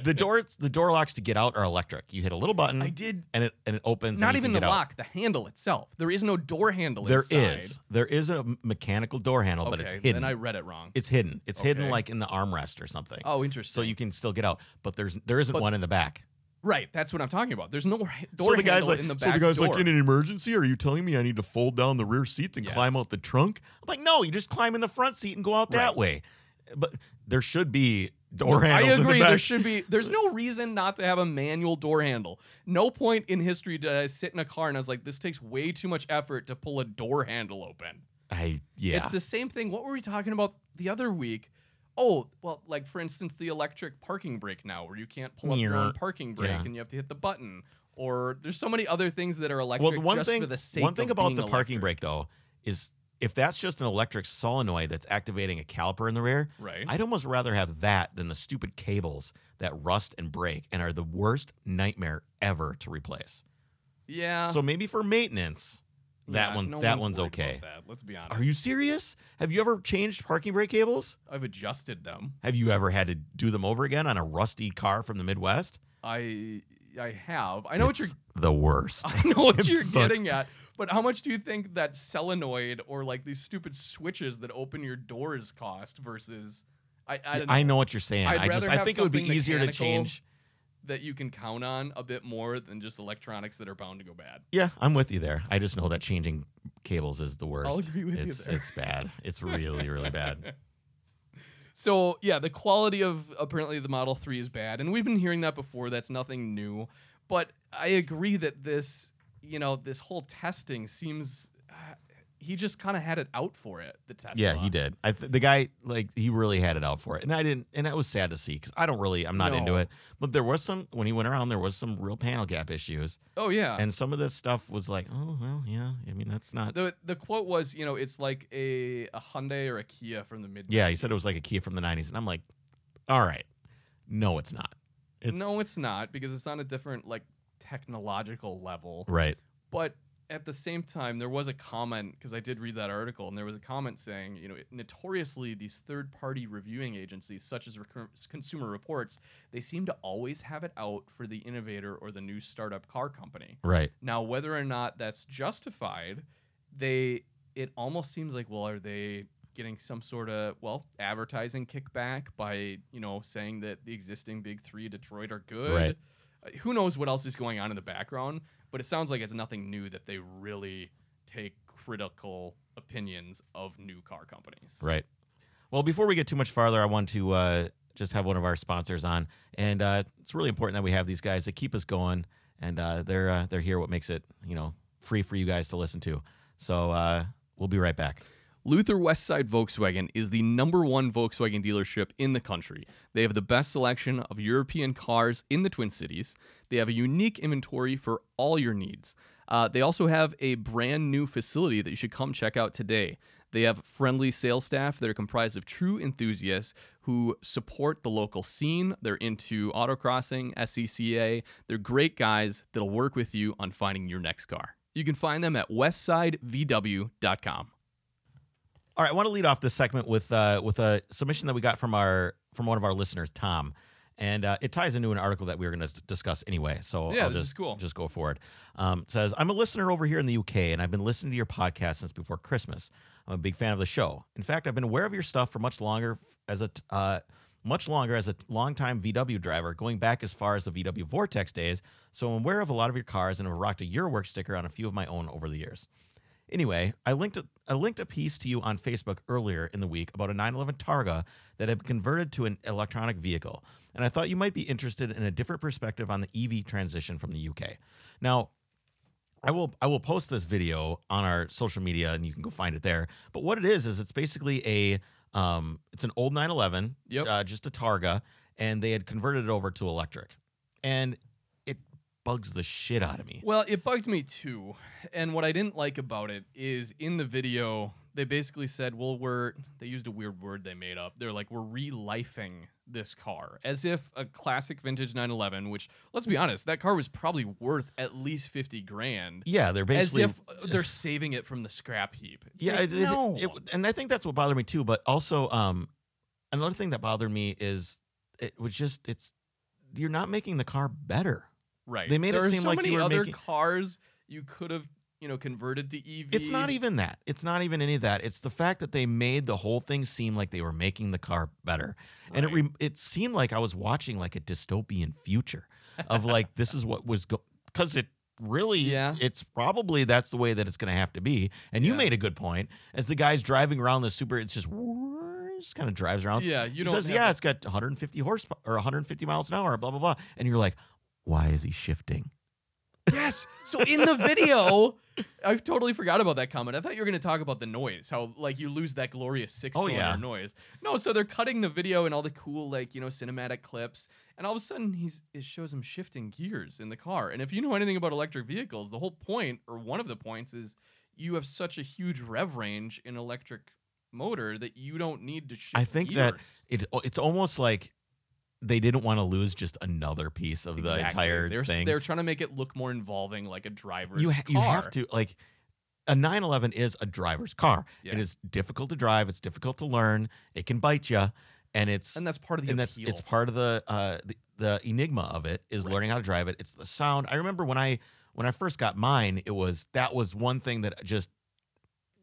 [SPEAKER 1] the doors the door locks to get out are electric. You hit a little button
[SPEAKER 2] I did
[SPEAKER 1] and it and it opens.
[SPEAKER 2] not
[SPEAKER 1] and you can
[SPEAKER 2] even the
[SPEAKER 1] get out.
[SPEAKER 2] lock, the handle itself. There is no door handle
[SPEAKER 1] There is
[SPEAKER 2] inside.
[SPEAKER 1] there is a mechanical door handle,
[SPEAKER 2] Okay,
[SPEAKER 1] but it's hidden.
[SPEAKER 2] then I read it wrong.
[SPEAKER 1] It's hidden. It's hidden
[SPEAKER 2] Okay.
[SPEAKER 1] like in the armrest or something.
[SPEAKER 2] oh, interesting.
[SPEAKER 1] so you can still get out, but there's there isn't
[SPEAKER 2] But-
[SPEAKER 1] one in the back.
[SPEAKER 2] right, that's what I'm talking about. There's no h- door
[SPEAKER 1] so the guy's
[SPEAKER 2] handle
[SPEAKER 1] like,
[SPEAKER 2] in the
[SPEAKER 1] so
[SPEAKER 2] back
[SPEAKER 1] the guy's
[SPEAKER 2] door.
[SPEAKER 1] like, in an emergency, are you telling me I need to fold down the rear seats and
[SPEAKER 2] Yes.
[SPEAKER 1] climb out the trunk? I'm like, no, you just climb in the front seat and go out that
[SPEAKER 2] Right.
[SPEAKER 1] way. But there should be door
[SPEAKER 2] I
[SPEAKER 1] handles in
[SPEAKER 2] agree.
[SPEAKER 1] the back.
[SPEAKER 2] There should be. There's no reason not to have a manual door handle. No point in history did I sit in a car and I was like, "This takes way too much effort to pull a door handle open."
[SPEAKER 1] I yeah.
[SPEAKER 2] It's the same thing. What were we talking about the other week? Oh, well, like for instance, the electric parking brake now, where you can't pull up your
[SPEAKER 1] Yeah.
[SPEAKER 2] own parking brake
[SPEAKER 1] Yeah.
[SPEAKER 2] and you have to hit the button. Or there's so many other things that are electric
[SPEAKER 1] well, the one
[SPEAKER 2] just
[SPEAKER 1] thing
[SPEAKER 2] for the sake
[SPEAKER 1] one thing
[SPEAKER 2] of
[SPEAKER 1] about
[SPEAKER 2] being
[SPEAKER 1] the parking
[SPEAKER 2] electric.
[SPEAKER 1] brake though is if that's just an electric solenoid that's activating a caliper in the rear,
[SPEAKER 2] Right.
[SPEAKER 1] I'd almost rather have that than the stupid cables that rust and break and are the worst nightmare ever to replace.
[SPEAKER 2] yeah.
[SPEAKER 1] So maybe for maintenance, that
[SPEAKER 2] Uh. yeah,
[SPEAKER 1] one
[SPEAKER 2] no
[SPEAKER 1] that one's,
[SPEAKER 2] worried
[SPEAKER 1] okay.
[SPEAKER 2] about that, Let's be honest.
[SPEAKER 1] Are you serious? Have you ever changed parking brake cables?
[SPEAKER 2] I've adjusted them.
[SPEAKER 1] Have you ever had to do them over again on a rusty car from the Midwest?
[SPEAKER 2] I I have. I know what you're
[SPEAKER 1] The worst.
[SPEAKER 2] I know what
[SPEAKER 1] It
[SPEAKER 2] you're
[SPEAKER 1] sucks.
[SPEAKER 2] getting at, but how much do you think that solenoid or like these stupid switches that open your doors cost versus I, I
[SPEAKER 1] I,
[SPEAKER 2] don't know.
[SPEAKER 1] know what you're saying.
[SPEAKER 2] I'd
[SPEAKER 1] I just
[SPEAKER 2] rather
[SPEAKER 1] I
[SPEAKER 2] have
[SPEAKER 1] think it would be
[SPEAKER 2] something
[SPEAKER 1] easier to
[SPEAKER 2] mechanical.
[SPEAKER 1] change.
[SPEAKER 2] that you can count on a bit more than just electronics that are bound to go bad.
[SPEAKER 1] Yeah, I'm with you there. I just know that changing cables is the worst.
[SPEAKER 2] agree with you
[SPEAKER 1] it's,
[SPEAKER 2] there.
[SPEAKER 1] It's bad. It's really, really bad.
[SPEAKER 2] So yeah, the quality of apparently the Model 3 is bad, and we've been hearing that before. That's nothing new. But I agree that this, you know, this whole testing seems uh, he just kind of had it out for it, the Tesla.
[SPEAKER 1] Yeah, he did. I th- the guy like he really had it out for it, and I didn't, and that was sad to see because I don't really, I'm not into
[SPEAKER 2] No.
[SPEAKER 1] it. But there was some when he went around, there was some real panel gap issues,
[SPEAKER 2] Oh yeah.
[SPEAKER 1] and some of this stuff was like, oh well, yeah. I mean, that's not.
[SPEAKER 2] the the quote was, you know, it's like a a Hyundai or a Kia from the mid.
[SPEAKER 1] yeah, he said it was like a Kia from the '90s, and I'm like, all right, no, it's not. It's
[SPEAKER 2] no, it's not because it's on a different like technological level.
[SPEAKER 1] right.
[SPEAKER 2] But at the same time, there was a comment because I did read that article, and there was a comment saying, you know, notoriously these third-party reviewing agencies, such as Recur- Consumer Reports, they seem to always have it out for the innovator or the new startup car company.
[SPEAKER 1] Right.
[SPEAKER 2] Now, whether or not that's justified, they it almost seems like, well, are they getting some sort of well advertising kickback by you know saying that the existing big three Detroit are good?
[SPEAKER 1] Right.
[SPEAKER 2] Uh, Who knows what else is going on in the background? But it sounds like it's nothing new that they really take critical opinions of new car companies.
[SPEAKER 1] Right. Well, before we get too much farther, I want to uh, just have one of our sponsors on, and uh, it's really important that we have these guys that keep us going, and uh, they're uh, they're here. What makes it you know free for you guys to listen to. So uh, we'll be right back.
[SPEAKER 2] Luther Westside Volkswagen is the number one Volkswagen dealership in the country. They have the best selection of European cars in the Twin Cities. They have a unique inventory for all your needs. Uh, they also have a brand new facility that you should come check out today. They have friendly sales staff that are comprised of true enthusiasts who support the local scene. They're into autocrossing, SCCA. They're great guys that'll work with you on finding your next car. You can find them at westsidevw.com.
[SPEAKER 1] All right, I want to lead off this segment with uh, with a submission that we got from our from one of our listeners, Tom, and uh, it ties into an article that we were going to discuss anyway. So
[SPEAKER 2] Yeah,
[SPEAKER 1] I'll
[SPEAKER 2] this
[SPEAKER 1] just
[SPEAKER 2] is cool.
[SPEAKER 1] just go for it. Um, it says I'm a listener over here in the UK, and I've been listening to your podcast since before Christmas. I'm a big fan of the show. In fact, I've been aware of your stuff for much longer as a t- uh, much longer as a t- longtime VW driver, going back as far as the VW Vortex days. So I'm aware of a lot of your cars and have rocked a your work sticker on a few of my own over the years. Anyway, I linked a, I linked a piece to you on Facebook earlier in the week about a 911 Targa that had been converted to an electronic vehicle, and I thought you might be interested in a different perspective on the EV transition from the UK. Now, I will I will post this video on our social media, and you can go find it there. But what it is is it's basically a um, it's an old 911,
[SPEAKER 2] Yep.
[SPEAKER 1] uh, just a Targa, and they had converted it over to electric, and it bugs the shit out of me.
[SPEAKER 2] Well, it bugged me too. And what I didn't like about it is in the video, they basically said, well, we're, they used a weird word they made up. They're like, we're relifing this car as if a classic vintage 911, which let's be honest, that car was probably worth at least 50 grand.
[SPEAKER 1] Yeah, they're basically
[SPEAKER 2] as if uh, they're saving it from the scrap heap. It's
[SPEAKER 1] Yeah,
[SPEAKER 2] like,
[SPEAKER 1] it, it-
[SPEAKER 2] no.
[SPEAKER 1] it, and I think that's what bothered me too. But also, um, another thing that bothered me is it was just it's you're not making the car better.
[SPEAKER 2] right.
[SPEAKER 1] they made it
[SPEAKER 2] there are
[SPEAKER 1] seem
[SPEAKER 2] so
[SPEAKER 1] like
[SPEAKER 2] many
[SPEAKER 1] you were
[SPEAKER 2] other
[SPEAKER 1] making-
[SPEAKER 2] cars you could have, you know, converted to E EV.
[SPEAKER 1] It's not even that. It's not even any of that. It's the fact that they made the whole thing seem like they were making the car better, and it
[SPEAKER 2] Right.
[SPEAKER 1] re- it seemed like I was watching like a dystopian future of like this is what was go because it really
[SPEAKER 2] Yeah.
[SPEAKER 1] it's probably that's the way that it's going to have to be and you
[SPEAKER 2] Yeah.
[SPEAKER 1] made a good point as the guy's driving around the super it's just, just kind of drives around
[SPEAKER 2] Yeah, you
[SPEAKER 1] he
[SPEAKER 2] don't.
[SPEAKER 1] says,
[SPEAKER 2] have
[SPEAKER 1] yeah, it's got 150 horsepower or 150 miles an hour, blah blah blah, and you're like, why is he shifting?
[SPEAKER 2] Yes. So in the video, I've totally forgot about that comment. I thought you were going to talk about the noise, how like you lose that glorious six cylinder
[SPEAKER 1] Oh, yeah.
[SPEAKER 2] noise. No, so they're cutting the video and all the cool like you know cinematic clips, and all of a sudden he's it shows him shifting gears in the car. And if you know anything about electric vehicles, the whole point or one of the points is you have such a huge rev range in electric motor that you don't need to shift.
[SPEAKER 1] I think
[SPEAKER 2] gears.
[SPEAKER 1] that It it's almost like they didn't want to lose just another piece of the
[SPEAKER 2] Exactly.
[SPEAKER 1] entire
[SPEAKER 2] they're,
[SPEAKER 1] thing.
[SPEAKER 2] They're trying to make it look more involving, like a driver's
[SPEAKER 1] you
[SPEAKER 2] car.
[SPEAKER 1] ha- you have to like a 911 is a driver's car. It
[SPEAKER 2] Yeah.
[SPEAKER 1] is difficult to drive. It's difficult to learn. It can bite you, and it's
[SPEAKER 2] and that's part of the
[SPEAKER 1] and that's
[SPEAKER 2] appeal.
[SPEAKER 1] it's part of the uh the, the enigma of it is
[SPEAKER 2] Right.
[SPEAKER 1] learning how to drive it it's the sound i remember when i when i first got mine it was that was one thing that just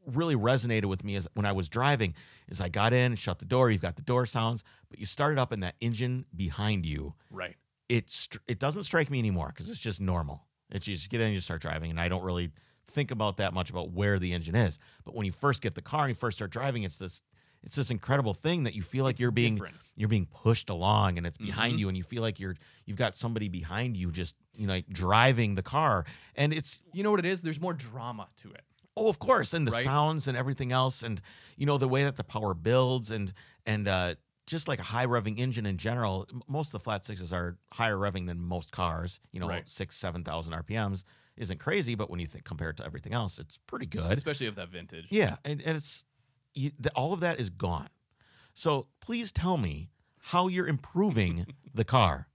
[SPEAKER 1] really resonated with me is when i was driving is i got in shut the door you've got the door sounds but you start it up and that engine behind you
[SPEAKER 2] right.
[SPEAKER 1] it str- it doesn't strike me anymore because it's just normal it's you just get in and you start driving and i don't really think about that much about where the engine is but when you first get the car and you first start driving it's this it's this incredible thing that you feel like
[SPEAKER 2] It's
[SPEAKER 1] you're being
[SPEAKER 2] different.
[SPEAKER 1] you're being pushed along and it's behind
[SPEAKER 2] Mhm.
[SPEAKER 1] you and you feel like you're you've got somebody behind you just you know like driving the car and it's
[SPEAKER 2] You know what it is? There's more drama to it.
[SPEAKER 1] oh of course and the
[SPEAKER 2] Right.
[SPEAKER 1] sounds and everything else and you know the way that the power builds and and uh just like a high revving engine in general m- most of the flat sixes are higher revving than most cars you know
[SPEAKER 2] Right.
[SPEAKER 1] six seven thousand rpms isn't crazy but when you think compare it to everything else it's pretty good
[SPEAKER 2] Especially of that vintage.
[SPEAKER 1] yeah, and, and it's you, the, all of that is gone. So please tell me how you're improving the car.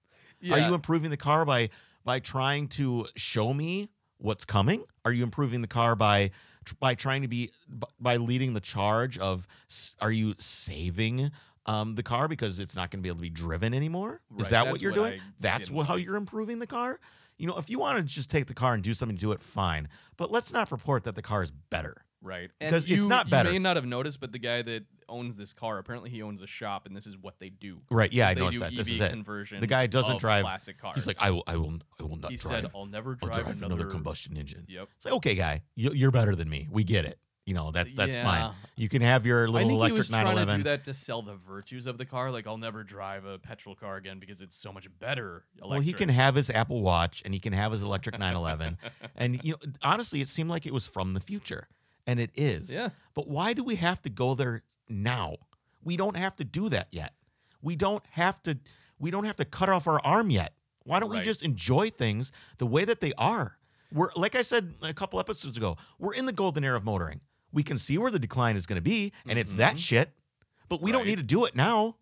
[SPEAKER 1] Are you improving the car by by trying to show me what's coming? Are you improving the car by by trying to be by leading the charge of s- are you saving um, the car because it's not going to be able to be driven anymore? Is
[SPEAKER 2] Right,
[SPEAKER 1] that what
[SPEAKER 2] that's
[SPEAKER 1] you're
[SPEAKER 2] what
[SPEAKER 1] doing?
[SPEAKER 2] I
[SPEAKER 1] That's
[SPEAKER 2] didn't
[SPEAKER 1] what, how
[SPEAKER 2] like.
[SPEAKER 1] you're improving the car? You know, if you want to just take the car and do something to do it, fine. But let's not purport that the car is better.
[SPEAKER 2] right.
[SPEAKER 1] Because it's
[SPEAKER 2] you,
[SPEAKER 1] not better.
[SPEAKER 2] You may not have noticed, but the guy that owns this car apparently he owns a shop, and this is what they do.
[SPEAKER 1] Right? Yeah, I
[SPEAKER 2] they
[SPEAKER 1] noticed
[SPEAKER 2] do
[SPEAKER 1] that.
[SPEAKER 2] EV
[SPEAKER 1] This is it.
[SPEAKER 2] Conversions
[SPEAKER 1] The guy doesn't
[SPEAKER 2] of
[SPEAKER 1] drive-
[SPEAKER 2] classic E cars.
[SPEAKER 1] He's like, I will, I will, I will not
[SPEAKER 2] he
[SPEAKER 1] drive.
[SPEAKER 2] said, I'll never
[SPEAKER 1] I'll
[SPEAKER 2] drive,
[SPEAKER 1] drive another, combustion engine.
[SPEAKER 2] Yep.
[SPEAKER 1] It's like, okay, guy, you- you're better than me. We get it. You know, that's that's fine.
[SPEAKER 2] Yeah.
[SPEAKER 1] You can have your
[SPEAKER 2] I
[SPEAKER 1] little
[SPEAKER 2] think
[SPEAKER 1] electric
[SPEAKER 2] he was trying to
[SPEAKER 1] 911.
[SPEAKER 2] do that to sell the virtues of the car. Like, I'll never drive a petrol car again because it's so much better. Electric.
[SPEAKER 1] Well, he can have his Apple Watch and he can have his electric 911. and you know, honestly, it seemed like it was from the future. and it is.
[SPEAKER 2] Yeah.
[SPEAKER 1] But why do we have to go there now? We don't have to do that yet. We don't have to we don't have to cut off our arm yet. Why don't we
[SPEAKER 2] Right.
[SPEAKER 1] just enjoy things the way that they are? We're like I said a couple episodes ago, we're in the golden era of motoring. We can see where the decline is going to be and it's that
[SPEAKER 2] Mhm.
[SPEAKER 1] shit. But we don't
[SPEAKER 2] Right.
[SPEAKER 1] need to do it now.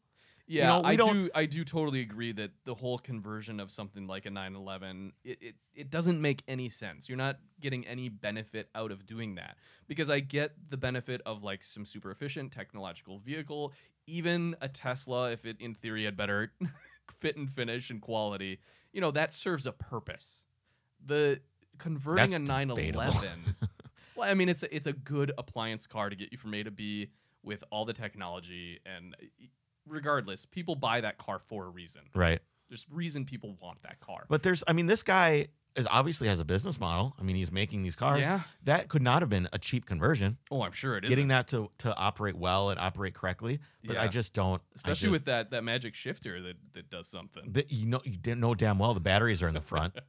[SPEAKER 2] Yeah,
[SPEAKER 1] know, we
[SPEAKER 2] I
[SPEAKER 1] don't-
[SPEAKER 2] do. I do totally agree that the whole conversion of something like a 911, it, it it doesn't make any sense. You're not getting any benefit out of doing that because I get the benefit of like some super efficient technological vehicle, even a Tesla, if it in theory had better fit and finish and quality, you know that serves a purpose. The converting
[SPEAKER 1] That's
[SPEAKER 2] a 911.
[SPEAKER 1] debatable.
[SPEAKER 2] well, I mean it's a, it's a good appliance car to get you from A to B with all the technology and e, regardless, people buy that car for a reason.
[SPEAKER 1] Right.
[SPEAKER 2] There's reason people want that car.
[SPEAKER 1] But there's I mean this guy is obviously has a business model. I mean he's making these cars.
[SPEAKER 2] yeah.
[SPEAKER 1] That could not have been a cheap conversion.
[SPEAKER 2] Oh, I'm sure it is.
[SPEAKER 1] getting that to to operate well and operate correctly. But I
[SPEAKER 2] Yeah.
[SPEAKER 1] just don't.
[SPEAKER 2] especially
[SPEAKER 1] I
[SPEAKER 2] with that that magic shifter that that does something.
[SPEAKER 1] with you know you didn't know damn well the batteries are in the front.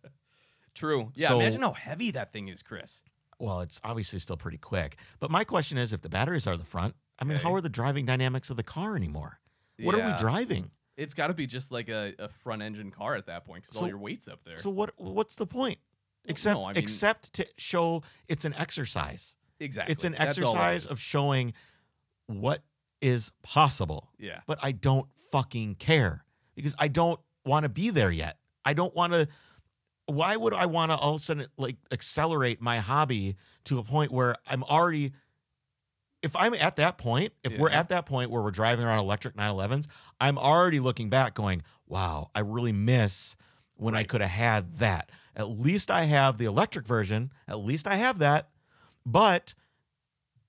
[SPEAKER 2] True. Yeah.
[SPEAKER 1] So-
[SPEAKER 2] imagine how heavy that thing is, Chris.
[SPEAKER 1] well, it's obviously still pretty quick. But my question is, if the batteries are the front, I mean, how
[SPEAKER 2] Okay.
[SPEAKER 1] are the driving dynamics of the car anymore? What are we
[SPEAKER 2] Yeah.
[SPEAKER 1] driving?
[SPEAKER 2] It's got to be just like a, a front engine car at that point because
[SPEAKER 1] So-
[SPEAKER 2] all your weight's up there.
[SPEAKER 1] So what what's the point? Except
[SPEAKER 2] I mean-
[SPEAKER 1] except to show it's an exercise.
[SPEAKER 2] exactly.
[SPEAKER 1] It's an
[SPEAKER 2] That's all it
[SPEAKER 1] exercise
[SPEAKER 2] is.
[SPEAKER 1] of showing what is possible.
[SPEAKER 2] Yeah.
[SPEAKER 1] but I don't fucking care because I don't want to be there yet. I don't want to. Why would I want to all of a sudden like accelerate my hobby to a point where I'm already? If I'm at that point, if we're
[SPEAKER 2] Yeah.
[SPEAKER 1] at that point where we're driving around electric 911s, I'm already looking back, going, "Wow, I really miss when I
[SPEAKER 2] Right.
[SPEAKER 1] could have had that. At least I have the electric version. At least I have that." But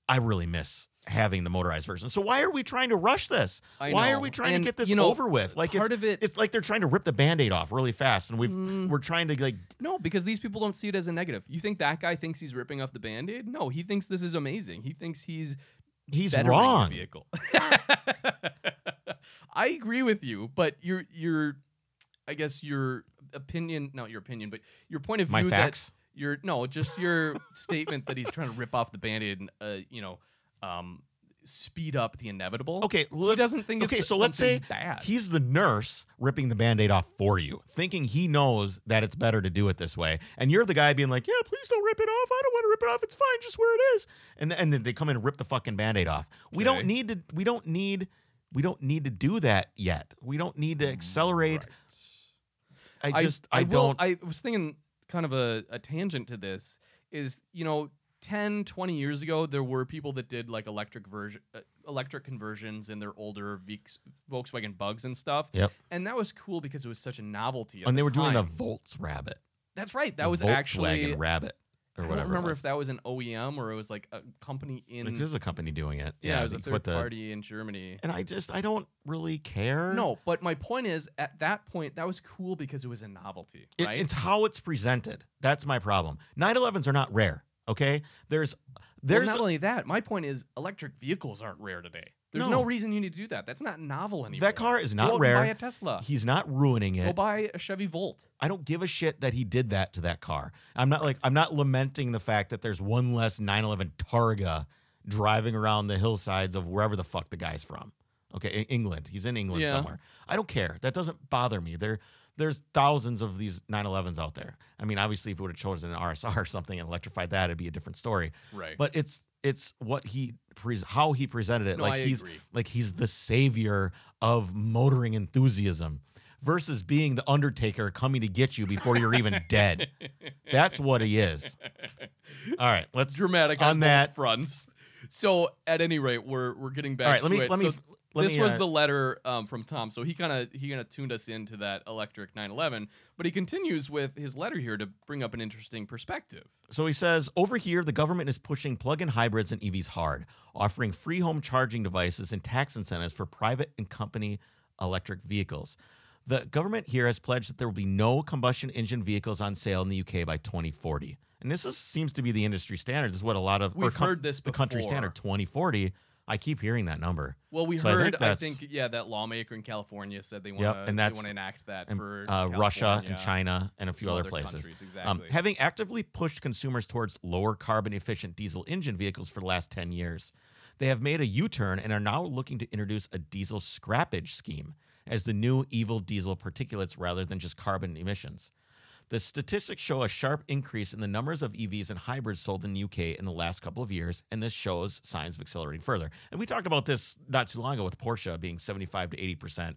[SPEAKER 1] I really miss having the motorized version. So why are we trying to rush this?
[SPEAKER 2] I
[SPEAKER 1] Why are
[SPEAKER 2] know.
[SPEAKER 1] we trying
[SPEAKER 2] And,
[SPEAKER 1] to get this
[SPEAKER 2] you know,
[SPEAKER 1] over with? Like
[SPEAKER 2] part
[SPEAKER 1] it's,
[SPEAKER 2] of it.
[SPEAKER 1] it's like they're trying to rip the band-aid off really fast and we've
[SPEAKER 2] Mm.
[SPEAKER 1] we're trying to like
[SPEAKER 2] No, because these people don't see it as a negative. You think that guy thinks he's ripping off the band aid? No, he thinks this is amazing. He thinks he's
[SPEAKER 1] he's
[SPEAKER 2] bettering the
[SPEAKER 1] wrong.
[SPEAKER 2] vehicle. I agree with you, but your your I guess your opinion, not your opinion, but your point of
[SPEAKER 1] My
[SPEAKER 2] view
[SPEAKER 1] facts.
[SPEAKER 2] that your no, just your statement that he's trying to rip off the band-aid and uh, you know, um speed up the inevitable.
[SPEAKER 1] Okay,
[SPEAKER 2] He
[SPEAKER 1] let,
[SPEAKER 2] doesn't think
[SPEAKER 1] okay,
[SPEAKER 2] it's
[SPEAKER 1] so let's
[SPEAKER 2] something
[SPEAKER 1] say
[SPEAKER 2] bad.
[SPEAKER 1] he's the nurse ripping the band-aid off for you, thinking he knows that it's better to do it this way. And you're the guy being like, "Yeah, please don't rip it off. I don't want to rip it off. It's fine just where it is." And th- and then they come in and rip the fucking band-aid off. We
[SPEAKER 2] Okay.
[SPEAKER 1] don't need to we don't need we don't need to do that yet. We don't need to accelerate.
[SPEAKER 2] Mm, Right.
[SPEAKER 1] I just I,
[SPEAKER 2] will-
[SPEAKER 1] don't
[SPEAKER 2] I was thinking kind of a, a tangent to this is, you know, 10, 20 years ago, there were people that did like electric version, uh, electric conversions in their older Veeks- Volkswagen Bugs and stuff.
[SPEAKER 1] Yep.
[SPEAKER 2] And that was cool because it was such a novelty. at
[SPEAKER 1] and they
[SPEAKER 2] the
[SPEAKER 1] were doing the
[SPEAKER 2] time.
[SPEAKER 1] Volts Rabbit.
[SPEAKER 2] That's right.
[SPEAKER 1] the
[SPEAKER 2] That was
[SPEAKER 1] Volkswagen
[SPEAKER 2] actually.
[SPEAKER 1] Rabbit or
[SPEAKER 2] I
[SPEAKER 1] whatever.
[SPEAKER 2] don't
[SPEAKER 1] it
[SPEAKER 2] remember
[SPEAKER 1] was.
[SPEAKER 2] if that was an OEM or it was like a company in.
[SPEAKER 1] Like, there's a company doing it.
[SPEAKER 2] yeah, it was a
[SPEAKER 1] like,
[SPEAKER 2] third
[SPEAKER 1] what the-
[SPEAKER 2] party in Germany.
[SPEAKER 1] And I just I don't really care.
[SPEAKER 2] No, but my point is, at that point, that was cool because it was a novelty,
[SPEAKER 1] It-
[SPEAKER 2] right?
[SPEAKER 1] it's how it's presented. That's my problem. 911s are not rare. Okay, there's
[SPEAKER 2] There's
[SPEAKER 1] there's
[SPEAKER 2] not only that. My point is, electric vehicles aren't rare today. There's no,
[SPEAKER 1] No.
[SPEAKER 2] reason you need to do that. That's not novel anymore.
[SPEAKER 1] that car is not
[SPEAKER 2] Go out and
[SPEAKER 1] rare.
[SPEAKER 2] Buy a Tesla.
[SPEAKER 1] he's not ruining
[SPEAKER 2] Go
[SPEAKER 1] it.
[SPEAKER 2] buy a Chevy Volt.
[SPEAKER 1] I don't give a shit that he did that to that car. I'm not like I'm not lamenting the fact that there's one less 911 Targa driving around the hillsides of wherever the fuck the guy's from. Okay, in England. He's in England
[SPEAKER 2] Yeah.
[SPEAKER 1] somewhere. I don't care. That doesn't bother me. There there's thousands of these 911s out there. I mean, obviously if it would have chosen an RSR or something and electrified that, it'd be a different story.
[SPEAKER 2] Right.
[SPEAKER 1] But it's it's what he pres how he presented it.
[SPEAKER 2] no,
[SPEAKER 1] like
[SPEAKER 2] I
[SPEAKER 1] he's
[SPEAKER 2] agree.
[SPEAKER 1] like he's the savior of motoring enthusiasm versus being the undertaker coming to get you before you're even dead that's what he is all right let's
[SPEAKER 2] Dramatic
[SPEAKER 1] on
[SPEAKER 2] on,
[SPEAKER 1] that-
[SPEAKER 2] both fronts. So at any rate, we're we're getting back
[SPEAKER 1] all right
[SPEAKER 2] to
[SPEAKER 1] let me
[SPEAKER 2] it.
[SPEAKER 1] let me
[SPEAKER 2] So
[SPEAKER 1] let
[SPEAKER 2] this
[SPEAKER 1] me,
[SPEAKER 2] was
[SPEAKER 1] uh,
[SPEAKER 2] the letter um, from Tom. So he kind of he kind of tuned us into that electric 911, but he continues with his letter here to bring up an interesting perspective.
[SPEAKER 1] So he says, over here, the government is pushing plug in hybrids and EVs hard, offering free home charging devices and tax incentives for private and company electric vehicles. The government here has pledged that there will be no combustion engine vehicles on sale in the UK by 2040. And this is, seems to be the industry standard. This is what a lot of or
[SPEAKER 2] We've
[SPEAKER 1] com-
[SPEAKER 2] heard this
[SPEAKER 1] the
[SPEAKER 2] before.
[SPEAKER 1] country standard 2040. I keep hearing that number.
[SPEAKER 2] Well, we
[SPEAKER 1] So I think
[SPEAKER 2] heard. I
[SPEAKER 1] that's-
[SPEAKER 2] think, yeah, that lawmaker in California said they want
[SPEAKER 1] Yep,
[SPEAKER 2] to.
[SPEAKER 1] and that's-
[SPEAKER 2] they want to enact that
[SPEAKER 1] And,
[SPEAKER 2] for
[SPEAKER 1] uh, Russia
[SPEAKER 2] California,
[SPEAKER 1] and China and a few
[SPEAKER 2] some
[SPEAKER 1] other places.
[SPEAKER 2] countries,
[SPEAKER 1] Um,
[SPEAKER 2] Exactly.
[SPEAKER 1] having actively pushed consumers towards lower carbon efficient diesel engine vehicles for the last 10 years, they have made a U turn and are now looking to introduce a diesel scrappage scheme as the new evil diesel particulates rather than just carbon emissions. The statistics show a sharp increase in the numbers of EVs and hybrids sold in the UK in the last couple of years, and this shows signs of accelerating further. And we talked about this not too long ago with Porsche being 75 to 80%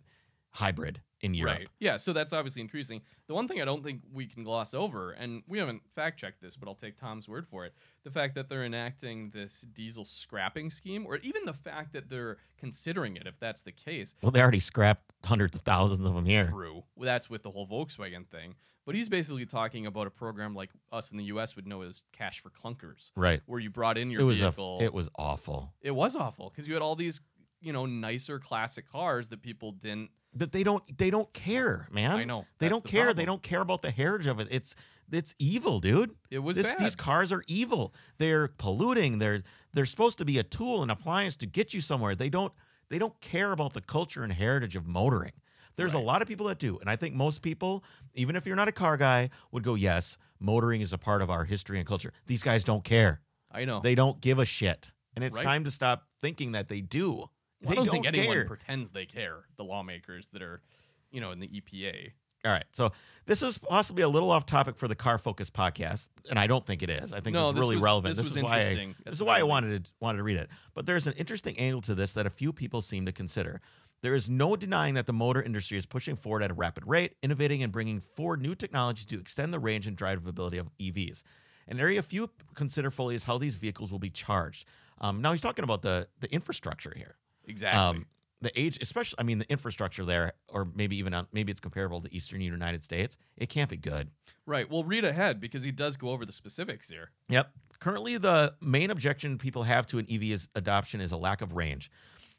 [SPEAKER 1] hybrid in Europe.
[SPEAKER 2] Right. Yeah, so that's obviously increasing. The one thing I don't think we can gloss over, and we haven't fact checked this, but I'll take Tom's word for it the fact that they're enacting this diesel scrapping scheme, or even the fact that they're considering it, if that's the case.
[SPEAKER 1] Well, they already scrapped hundreds of thousands of them here.
[SPEAKER 2] True. Well, that's with the whole Volkswagen thing. But he's basically talking about a program like us in the US would know as Cash for Clunkers,
[SPEAKER 1] Right.
[SPEAKER 2] where you brought in your
[SPEAKER 1] it was
[SPEAKER 2] vehicle.
[SPEAKER 1] A, it was awful.
[SPEAKER 2] it was awful because you had all these, you know, nicer classic cars that people didn't.
[SPEAKER 1] But they don't they don't care, man.
[SPEAKER 2] I know.
[SPEAKER 1] They
[SPEAKER 2] that's
[SPEAKER 1] don't
[SPEAKER 2] the
[SPEAKER 1] care. They
[SPEAKER 2] problem.
[SPEAKER 1] don't care about the heritage of it. It's it's evil, dude.
[SPEAKER 2] It was
[SPEAKER 1] This-
[SPEAKER 2] bad.
[SPEAKER 1] These cars are evil. They're polluting. They're they're supposed to be a tool and appliance to get you somewhere. They don't they don't care about the culture and heritage of motoring. There's a
[SPEAKER 2] Right.
[SPEAKER 1] lot of people that do, and I think most people, even if you're not a car guy, would go, "Yes, motoring is a part of our history and culture." These guys don't care.
[SPEAKER 2] I know.
[SPEAKER 1] They don't give a shit, and it's
[SPEAKER 2] Right.
[SPEAKER 1] time to stop thinking that they do.
[SPEAKER 2] Well, I
[SPEAKER 1] They
[SPEAKER 2] don't, think anyone
[SPEAKER 1] care.
[SPEAKER 2] pretends they care. The lawmakers that are, you know, in the E EPA.
[SPEAKER 1] All right. So this is possibly a little off topic for the car focus podcast, and I don't think it is. I think
[SPEAKER 2] no,
[SPEAKER 1] this is really
[SPEAKER 2] was,
[SPEAKER 1] relevant.
[SPEAKER 2] This, was
[SPEAKER 1] is why I,
[SPEAKER 2] interesting. at
[SPEAKER 1] this is
[SPEAKER 2] the
[SPEAKER 1] why I
[SPEAKER 2] very least.
[SPEAKER 1] wanted to, wanted to read it. But there's an interesting angle to this that a few people seem to consider. There is no denying that the motor industry is pushing forward at a rapid rate, innovating and bringing forward new technology to extend the range and drivability of EVs. An area few consider fully is how these vehicles will be charged. Um, now he's talking about the the infrastructure here
[SPEAKER 2] Exactly.
[SPEAKER 1] um, the age, especially, I mean, the infrastructure there, or maybe even on, maybe it's comparable to Eastern United States. It can't be good.
[SPEAKER 2] right. Well, read ahead because he does go over the specifics here.
[SPEAKER 1] Yep. Currently, the main objection people have to an EV is adoption is a lack of range.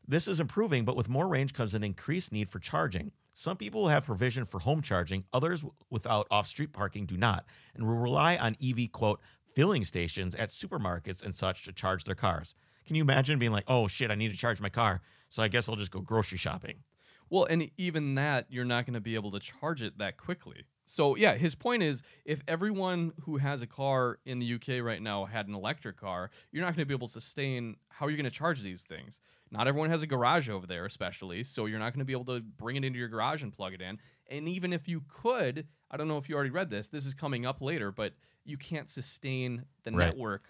[SPEAKER 1] This is improving, but with more range comes an increased need for charging. Some people will have provision for home charging, others w- without off street parking do not, and will rely on EV, quote, filling stations at supermarkets and such to charge their cars. Can you imagine being like, oh shit, I need to charge my car, so I guess I'll just go grocery shopping?
[SPEAKER 2] Well, and even that, you're not going to be able to charge it that quickly. So, yeah, his point is if everyone who has a car in the UK right now had an electric car, you're not going to be able to sustain how you're going to charge these things. Not everyone has a garage over there, especially. So, you're not going to be able to bring it into your garage and plug it in. And even if you could, I don't know if you already read this, this is coming up later, but you can't sustain the
[SPEAKER 1] Right.
[SPEAKER 2] network.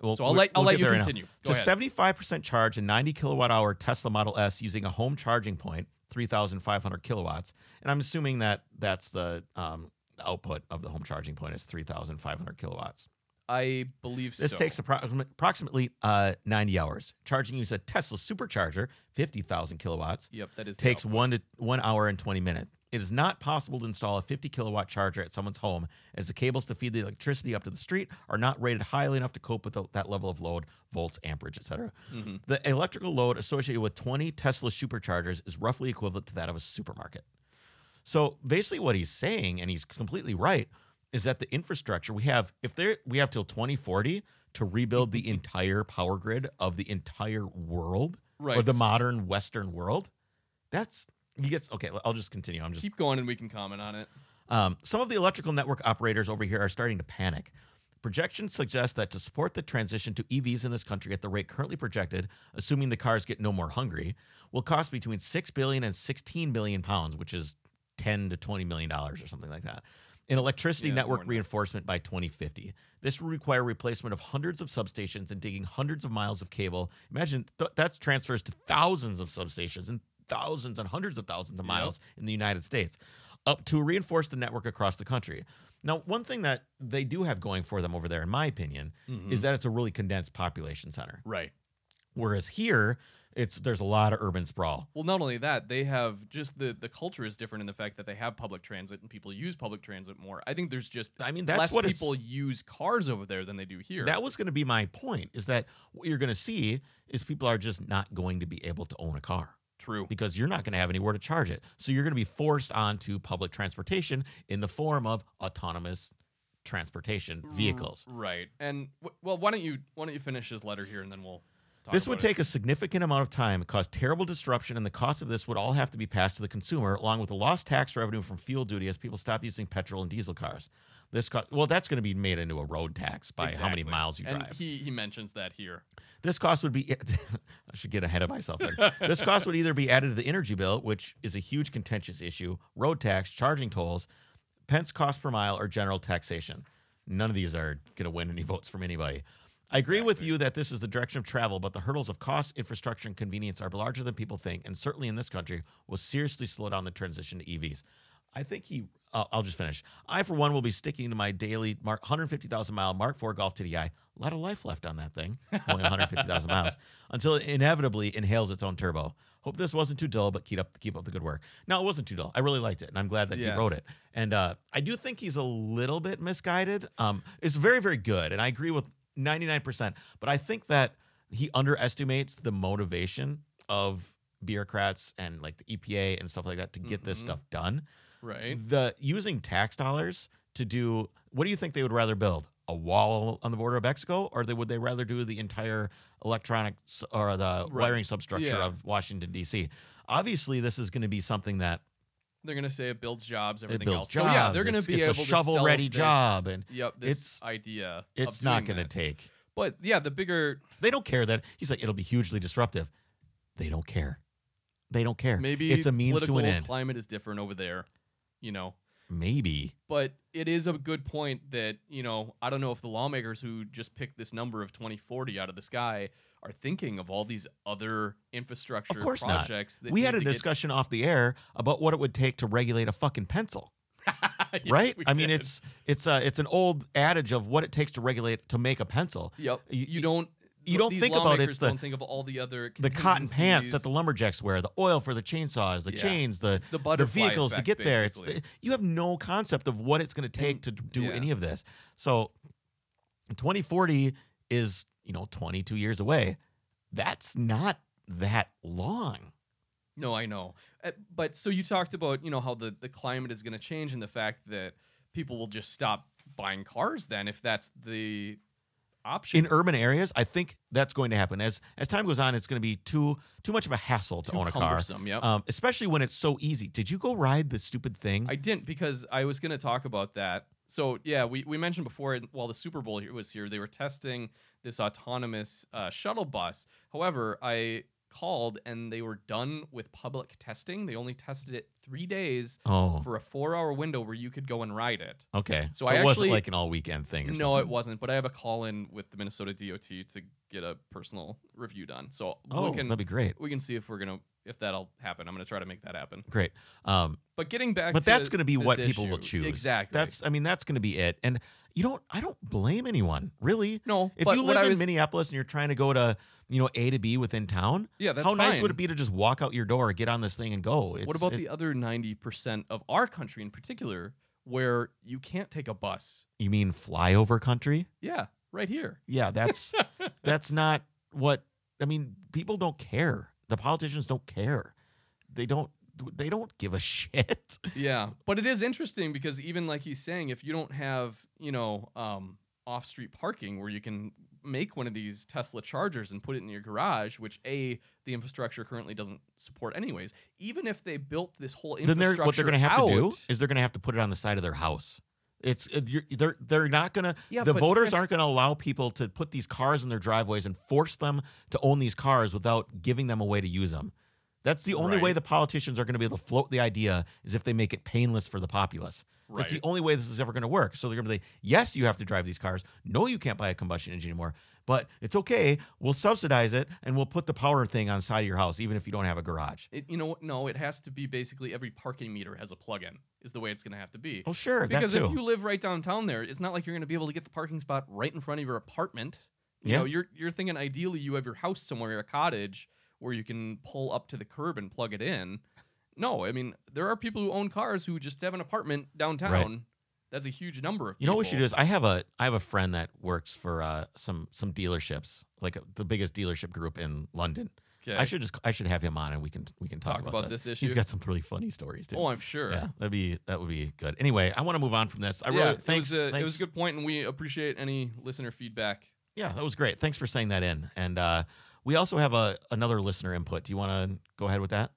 [SPEAKER 1] Well,
[SPEAKER 2] so, I'll
[SPEAKER 1] we-
[SPEAKER 2] let, I'll
[SPEAKER 1] we'll
[SPEAKER 2] let
[SPEAKER 1] get
[SPEAKER 2] you
[SPEAKER 1] there in a-
[SPEAKER 2] continue. Go
[SPEAKER 1] to
[SPEAKER 2] ahead.
[SPEAKER 1] 75% charge a 90 kilowatt hour Tesla Model S using a home charging point, 3,500 kilowatts. And I'm assuming that that's the um, output of the home charging point is 3,500 kilowatts.
[SPEAKER 2] I believe
[SPEAKER 1] This
[SPEAKER 2] so.
[SPEAKER 1] takes approxim- approximately uh, 90 hours. Charging using a Tesla supercharger, 50,000 kilowatts,
[SPEAKER 2] Yep, that is the
[SPEAKER 1] takes
[SPEAKER 2] output.
[SPEAKER 1] one to one hour and 20 minutes. It is not possible to install a 50 kilowatt charger at someone's home, as the cables to feed the electricity up to the street are not rated highly enough to cope with the- that level of load, volts, amperage, etc.
[SPEAKER 2] Mhm.
[SPEAKER 1] The electrical load associated with 20 Tesla superchargers is roughly equivalent to that of a supermarket. So basically, what he's saying, and he's completely right, is that the infrastructure we have, if there we have till 2040 to rebuild the entire power grid of the entire world
[SPEAKER 2] Right.
[SPEAKER 1] or the modern Western world. That's you get okay. I'll just continue. I'm just
[SPEAKER 2] Keep going and we can comment on it.
[SPEAKER 1] um, some of the electrical network operators over here are starting to panic. Projections suggest that to support the transition to EVs in this country at the rate currently projected, assuming the cars get no more hungry, will cost between 6 billion and 16 billion pounds, which is 10 to 20 million dollars or something like that. In electricity
[SPEAKER 2] Yeah, more
[SPEAKER 1] network
[SPEAKER 2] than that.
[SPEAKER 1] reinforcement by 2050. This will require replacement of hundreds of substations and digging hundreds of miles of cable. Imagine th- that's transfers to thousands of substations and thousands and hundreds of thousands of
[SPEAKER 2] Yep.
[SPEAKER 1] miles in the United States up to reinforce the network across the country. Now, one thing that they do have going for them over there, in my opinion,
[SPEAKER 2] Mm-hmm.
[SPEAKER 1] is that it's a really condensed population center.
[SPEAKER 2] right.
[SPEAKER 1] Whereas here, it's there's a lot of urban sprawl.
[SPEAKER 2] Well, not only that, they have just the the culture is different in the fact that they have public transit and people use public transit more. I think there's just
[SPEAKER 1] I mean, that's
[SPEAKER 2] less
[SPEAKER 1] what it's-
[SPEAKER 2] people use cars over there than they do here.
[SPEAKER 1] That was going to be my point. Is that what you're going to see is people are just not going to be able to own a car
[SPEAKER 2] True.
[SPEAKER 1] because you're not going to have anywhere to charge it. So you're going to be forced onto public transportation in the form of autonomous
[SPEAKER 2] Mm-hmm.
[SPEAKER 1] transportation vehicles.
[SPEAKER 2] Right. And w- well, why don't you why don't you finish his letter here and then we'll talk
[SPEAKER 1] This would
[SPEAKER 2] about it.
[SPEAKER 1] take a significant amount of time, cause terrible disruption, and the cost of this would all have to be passed to the consumer, along with the lost tax revenue from fuel duty as people stop using petrol and diesel cars. This cost, well, that's going to be made into a road tax by how many
[SPEAKER 2] Exactly.
[SPEAKER 1] miles you
[SPEAKER 2] and
[SPEAKER 1] drive.
[SPEAKER 2] he he mentions that here.
[SPEAKER 1] This cost would be. I should get ahead of myself. Then. this cost would either be added to the energy bill, which is a huge contentious issue, road tax, charging tolls, pence cost per mile, or general taxation. None of these are going to win any votes from anybody. I agree with
[SPEAKER 2] Exactly.
[SPEAKER 1] you that this is the direction of travel, but the hurdles of cost, infrastructure, and convenience are larger than people think, and certainly in this country will seriously slow down the transition to E EVs. I think he. Uh, I'll just finish. I, for one, will be sticking to my daily mark, 150,000 mile Mark IV Golf TDI. A lot of life left on that thing, only 150,000 miles, until it inevitably inhales its own turbo. Hope this wasn't too dull, but keep up keep up the good work. No, it wasn't too dull. I really liked it, and I'm glad that
[SPEAKER 2] Yeah.
[SPEAKER 1] he wrote it. And uh, I do think he's a little bit misguided. Um, it's very very good, and I agree with 99%. But I think that he underestimates the motivation of bureaucrats and like the EPA and stuff like that to get this
[SPEAKER 2] Mhm.
[SPEAKER 1] stuff done
[SPEAKER 2] Right.
[SPEAKER 1] the using tax dollars to do what do you think they would rather build a wall on the border of Mexico or they would they rather do the entire electronic s- or the
[SPEAKER 2] Right.
[SPEAKER 1] wiring substructure
[SPEAKER 2] Yeah.
[SPEAKER 1] of Washington DC obviously this is going to be something that
[SPEAKER 2] They're gonna say it builds jobs, everything
[SPEAKER 1] builds
[SPEAKER 2] else. So yeah,
[SPEAKER 1] jobs.
[SPEAKER 2] they're gonna
[SPEAKER 1] It's-
[SPEAKER 2] be
[SPEAKER 1] it's a
[SPEAKER 2] able to
[SPEAKER 1] shovel-ready
[SPEAKER 2] sell this-
[SPEAKER 1] job, and
[SPEAKER 2] yep, this
[SPEAKER 1] it's-
[SPEAKER 2] idea.
[SPEAKER 1] it's
[SPEAKER 2] of
[SPEAKER 1] not
[SPEAKER 2] doing
[SPEAKER 1] going to
[SPEAKER 2] this.
[SPEAKER 1] take
[SPEAKER 2] But yeah, the bigger
[SPEAKER 1] they don't care that he's like it'll be hugely disruptive they don't care they don't care
[SPEAKER 2] maybe
[SPEAKER 1] it's a means to
[SPEAKER 2] political
[SPEAKER 1] an end
[SPEAKER 2] Climate is different over there, you know.
[SPEAKER 1] maybe
[SPEAKER 2] But it is a good point that you know I don't know if the lawmakers who just picked this number of 2040 out of the sky are thinking of all these other infrastructure
[SPEAKER 1] Of course not.
[SPEAKER 2] projects. That
[SPEAKER 1] we had
[SPEAKER 2] need
[SPEAKER 1] a
[SPEAKER 2] to get-
[SPEAKER 1] discussion off the air about what it would take to regulate a fucking pencil
[SPEAKER 2] Yes,
[SPEAKER 1] right?
[SPEAKER 2] we
[SPEAKER 1] I mean,
[SPEAKER 2] did.
[SPEAKER 1] it's it's uh, it's an old adage of what it takes to regulate to make a pencil.
[SPEAKER 2] yep.
[SPEAKER 1] you-
[SPEAKER 2] You, don't
[SPEAKER 1] you don't
[SPEAKER 2] these
[SPEAKER 1] think about it,
[SPEAKER 2] lawmakers
[SPEAKER 1] it's the-
[SPEAKER 2] don't think of all the other
[SPEAKER 1] The cotton pants that the
[SPEAKER 2] contingencies,
[SPEAKER 1] lumberjacks wear, the oil for the chainsaws, the
[SPEAKER 2] Yeah.
[SPEAKER 1] chains, the the
[SPEAKER 2] the butterfly
[SPEAKER 1] vehicles to
[SPEAKER 2] effect,
[SPEAKER 1] get there. It's
[SPEAKER 2] basically.
[SPEAKER 1] the, you have no concept of what it's going to take
[SPEAKER 2] And-
[SPEAKER 1] to do
[SPEAKER 2] yeah.
[SPEAKER 1] any of this. So, 2040 is you know 22 years away. That's not that long.
[SPEAKER 2] No, I know. Uh, But so you talked about, you know, how the, the climate is going to change and the fact that people will just stop buying cars then if that's the option.
[SPEAKER 1] in urban areas, I think that's going to happen. As as time goes on, it's going to be too too much of a hassle to
[SPEAKER 2] Too
[SPEAKER 1] own a car,
[SPEAKER 2] cumbersome, yep.
[SPEAKER 1] um, especially when it's so easy. Did you go ride the stupid thing?
[SPEAKER 2] I didn't because I was going to talk about that. So yeah, we, we mentioned before while the Super Bowl here- was here, they were testing this autonomous uh, shuttle bus. However, I called and they were done with public testing. They only tested it three days
[SPEAKER 1] oh,
[SPEAKER 2] for a four-hour window where you could go and ride it.
[SPEAKER 1] okay. So,
[SPEAKER 2] So I
[SPEAKER 1] it wasn't
[SPEAKER 2] actually-
[SPEAKER 1] like an all weekend thing. Or
[SPEAKER 2] No, it
[SPEAKER 1] something.
[SPEAKER 2] wasn't. But I have a call in with the Minnesota DOT to get a personal review done. So
[SPEAKER 1] Oh,
[SPEAKER 2] we can
[SPEAKER 1] that'd be great.
[SPEAKER 2] we can see if we're gonna if that'll happen. I'm gonna try to make that happen.
[SPEAKER 1] Great. Um,
[SPEAKER 2] But getting back,
[SPEAKER 1] but
[SPEAKER 2] to
[SPEAKER 1] that's going to be
[SPEAKER 2] this
[SPEAKER 1] what people
[SPEAKER 2] issue-
[SPEAKER 1] will choose.
[SPEAKER 2] Exactly.
[SPEAKER 1] That's I mean that's going to be it. And you don't I don't blame anyone really.
[SPEAKER 2] no.
[SPEAKER 1] If
[SPEAKER 2] but
[SPEAKER 1] you
[SPEAKER 2] what
[SPEAKER 1] live
[SPEAKER 2] I
[SPEAKER 1] in
[SPEAKER 2] was,
[SPEAKER 1] Minneapolis and you're trying to go to you know A to B within town,
[SPEAKER 2] yeah, that's
[SPEAKER 1] how nice would
[SPEAKER 2] fine.
[SPEAKER 1] it be to just walk out your door, get on this thing, and go? It's,
[SPEAKER 2] what about
[SPEAKER 1] it-
[SPEAKER 2] the other ninety percent of our country in particular, where you can't take a bus?
[SPEAKER 1] you mean flyover country?
[SPEAKER 2] Yeah, right here.
[SPEAKER 1] Yeah, that's that's not what I mean. People don't care. The politicians don't care. They don't. They don't give a shit.
[SPEAKER 2] Yeah, but it is interesting because even like he's saying, if you don't have you know um, off street parking where you can make one of these Tesla chargers and put it in your garage, which a the infrastructure currently doesn't support anyways. Even if they built this whole
[SPEAKER 1] Then
[SPEAKER 2] infrastructure,
[SPEAKER 1] they're what they're going to have to do
[SPEAKER 2] out-
[SPEAKER 1] is they're going to have to put it on the side of their house. It's it- you're, they're they're not going to.
[SPEAKER 2] yeah,
[SPEAKER 1] the
[SPEAKER 2] but
[SPEAKER 1] voters
[SPEAKER 2] Chris,
[SPEAKER 1] aren't going to allow people to put these cars in their driveways and force them to own these cars without giving them a way to use them. That's the only way
[SPEAKER 2] Right.
[SPEAKER 1] the politicians are going to be able to float the idea is if they make it painless for the populace. That's the
[SPEAKER 2] right.
[SPEAKER 1] only way this is ever going to work. So they're going to be, yes, you have to drive these cars. No, you can't buy a combustion engine anymore. But it's okay. We'll subsidize it and we'll put the power thing on the side of your house, even if you don't have a garage.
[SPEAKER 2] It, you know what? No, it has to be basically every parking meter has a plug-in. Is the way it's going to have to be.
[SPEAKER 1] Oh, sure,
[SPEAKER 2] because
[SPEAKER 1] that too.
[SPEAKER 2] if you live right downtown there, it's not like you're going to be able to get the parking spot right in front of your apartment. You
[SPEAKER 1] Yeah.
[SPEAKER 2] know, you're you're thinking ideally you have your house somewhere, a cottage where you can pull up to the curb and plug it in. No, I mean there are people who own cars who just have an apartment downtown. That's a huge number of.
[SPEAKER 1] You know what we should
[SPEAKER 2] people.
[SPEAKER 1] do is I have a I have a friend that works for uh, some some dealerships, like uh, the biggest dealership group in London.
[SPEAKER 2] Okay.
[SPEAKER 1] I should just I should have him on and we can we can talk,
[SPEAKER 2] Talk about this issue?
[SPEAKER 1] He's got some really funny stories too.
[SPEAKER 2] Oh, I'm sure.
[SPEAKER 1] yeah, that'd be that would be good. Anyway, I want to move on from this. I really
[SPEAKER 2] Yeah,
[SPEAKER 1] thanks,
[SPEAKER 2] It was, a,
[SPEAKER 1] thanks.
[SPEAKER 2] it was a good point, and we appreciate any listener feedback.
[SPEAKER 1] Yeah, that was great. Thanks for saying that in. And uh, We also have a another listener input. Do you want to go ahead with that?